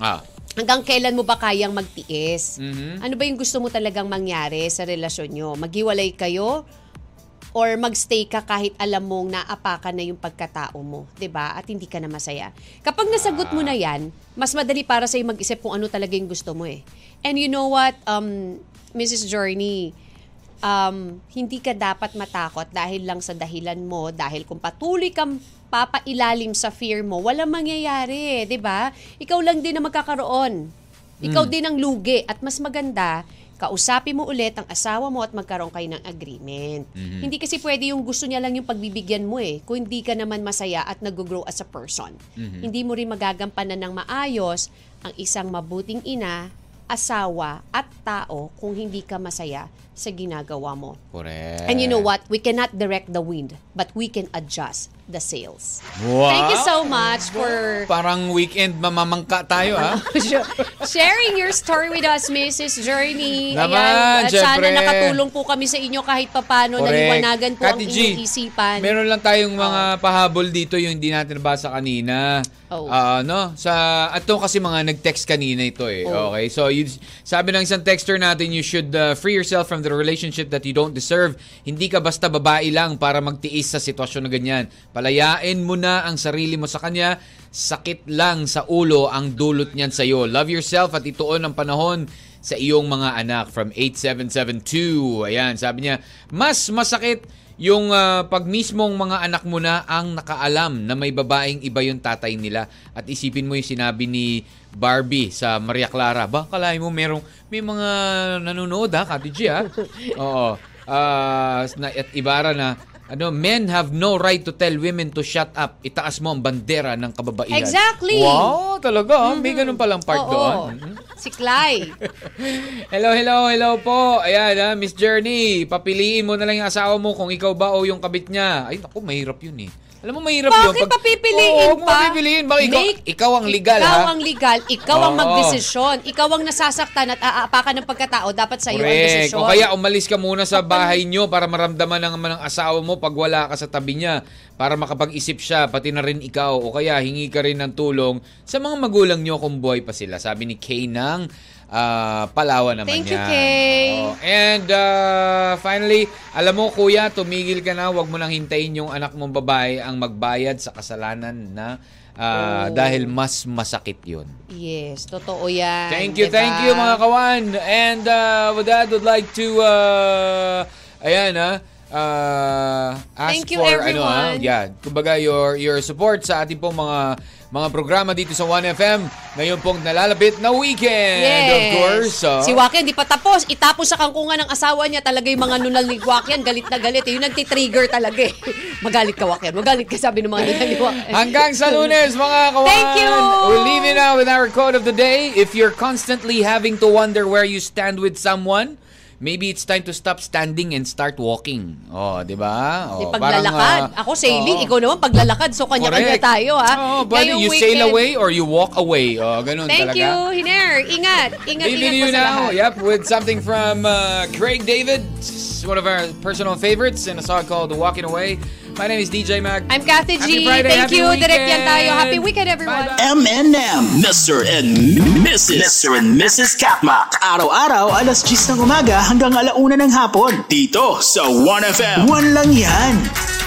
C: Ah.
D: hanggang kailan mo ba kayang magtiis?
C: Mhm.
D: Ano ba yung gusto mo talagang mangyari sa relasyon nyo? Maghiwalay kayo? Or magstay ka kahit alam mong naapakan na yung pagkatao mo, 'di ba? At hindi ka na masaya. Kapag nasagot mo na 'yan, mas madali para sa mag-isip kung ano talaga yung gusto mo eh. And you know what, um Mrs. Journey, um hindi ka dapat matakot dahil lang sa dahilan mo, dahil kung patuloy kang papailalim sa fear mo, walang mangyayari, 'di ba? Ikaw lang din ang magkakaroon ikaw din ang lugi at mas maganda, kausapin mo ulit ang asawa mo at magkaroon kayo ng agreement. Hindi kasi pwede yung gusto niya lang yung pagbibigyan mo eh, kung hindi ka naman masaya at nag-grow as a person. Hindi mo rin magagampanan ng maayos ang isang mabuting ina, asawa at tao kung hindi ka masaya sa ginagawa mo.
C: Correct.
D: And you know what? We cannot direct the wind, but we can adjust the sails.
C: Wow.
D: Thank you so much for
C: Parang weekend mamamangka tayo ha.
D: Sure. sharing your story with us, Mrs. Journey.
C: Naman,
D: At
C: syempre.
D: sana nakatulong po kami sa inyo kahit papano,
C: Correct.
D: naliwanagan po
C: Kati
D: ang
C: G,
D: iniisipan.
C: Meron lang tayong mga pahabol dito yung hindi natin nabasa kanina.
D: Ah. Oh.
C: Ah, no? Sa ato kasi mga nag-text kanina ito eh.
D: Oh.
C: Okay. So you, sabi ng isang texter natin, you should uh, free yourself from the relationship that you don't deserve. Hindi ka basta babae lang para magtiis sa sitwasyon na ganyan. Palayain mo na ang sarili mo sa kanya. Sakit lang sa ulo ang dulot niyan sa iyo. Love yourself at ituon ang panahon sa iyong mga anak from 8772. Ayan, sabi niya, mas masakit yung ah, pag mismong mga anak mo na ang nakaalam na may babaeng iba yung tatay nila at isipin mo yung sinabi ni Barbie sa Maria Clara. Ba, kalahin mo merong may mga nanonood ha, Kati G ha. Oo. Ah, na, at Ibarra na ano, men have no right to tell women to shut up. Itaas mo ang bandera ng kababaihan.
D: Exactly. Mm-hmm.
C: Wow, talaga. ah. May ganun palang part
D: Oo.
C: doon.
D: Si Clay.
C: Hello, hello, hello po. Ayan, ah, ha, Miss Journey, papiliin mo na lang yung asawa mo kung ikaw ba o yung kabit niya. Ay, naku, mahirap yun eh. Alam mo, mahirap yun.
D: Bakit
C: Pag-
D: papipiliin
C: Oo,
D: pa?
C: huwag mo papipiliin. Bakit ikaw,
D: Make-
C: ikaw ang legal,
D: ikaw
C: ha? Ah.
D: ang legal, ikaw ang
C: Oo.
D: magdesisyon, ikaw ang nasasaktan at aapakan ng pagkatao, dapat sa'yo ang
C: Correct. O
D: desisyon.
C: kaya umalis ka muna sa bahay nyo para maramdaman ng, ng asawa mo pag wala ka sa tabi niya. Para makapag-isip siya, pati na rin ikaw. O kaya hingi ka rin ng tulong sa mga magulang nyo kung buhay pa sila. Sabi ni Kay ng ah, Palawan naman
D: Thank you,
C: yan.
D: Kay.
C: Oo. And ah, finally, alam mo kuya, tumigil ka na. Huwag mo nang hintayin yung anak mong babae ang magbayad sa kasalanan na ah,
D: Oh.
C: dahil mas masakit yun.
D: Yes, totoo yan.
C: Thank you,
D: diba?
C: thank you mga kawan. And uh, with that, would like to, uh, ayan ah, uh, ask
D: Thank you,
C: for, ano ah,
D: everyone.
C: yeah, kumbaga your, your support sa ating pong mga mga programa dito sa 1FM ngayon pong nalalapit na weekend.
D: Yes.
C: Of course. ah.
D: Si Wakian di pa tapos. Itapos sa kangkungan ng asawa niya talaga yung mga nunal ni Wakian. Galit na galit. Yung nagtitrigger talaga eh. Magalit ka, Wakian. Magalit ka, sabi ng mga nunal ni Wakian.
C: Hanggang sa lunes, mga kawan.
D: Thank you.
C: We're leaving now with our quote of the day. If you're constantly having to wonder where you stand with someone, maybe it's time to stop standing and start walking. Oh, di ba?
D: Di
C: Oh,
D: paglalakad.
C: parang, ah,
D: Ako
C: oo.
D: sailing, ikaw naman paglalakad. So kanya-kanya
C: Correct.
D: tayo ha.
C: Oh, but
D: Ngayong
C: you sail
D: weekend-
C: away or you walk away. Oh, ganun
D: Thank
C: talaga.
D: you, Hiner. Ingat. Ingat,
C: Leaving
D: ingat po
C: you
D: sa
C: now,
D: lahat.
C: yep, with something from uh, Craig David, one of our personal favorites, and a song called "Walking Away." My name is DJ Mac.
D: I'm Kathy G.
C: Happy Friday,
D: Thank
C: happy
D: you. Direct yan
C: weekend.
D: tayo. Happy weekend, everyone.
C: Bye-bye.
A: M&M, Mr. and Mrs. Mr. and Mrs. Katma.
F: Araw-araw, alas 10 ng umaga hanggang alauna ng hapon.
A: Dito sa 1FM.
F: One lang yan.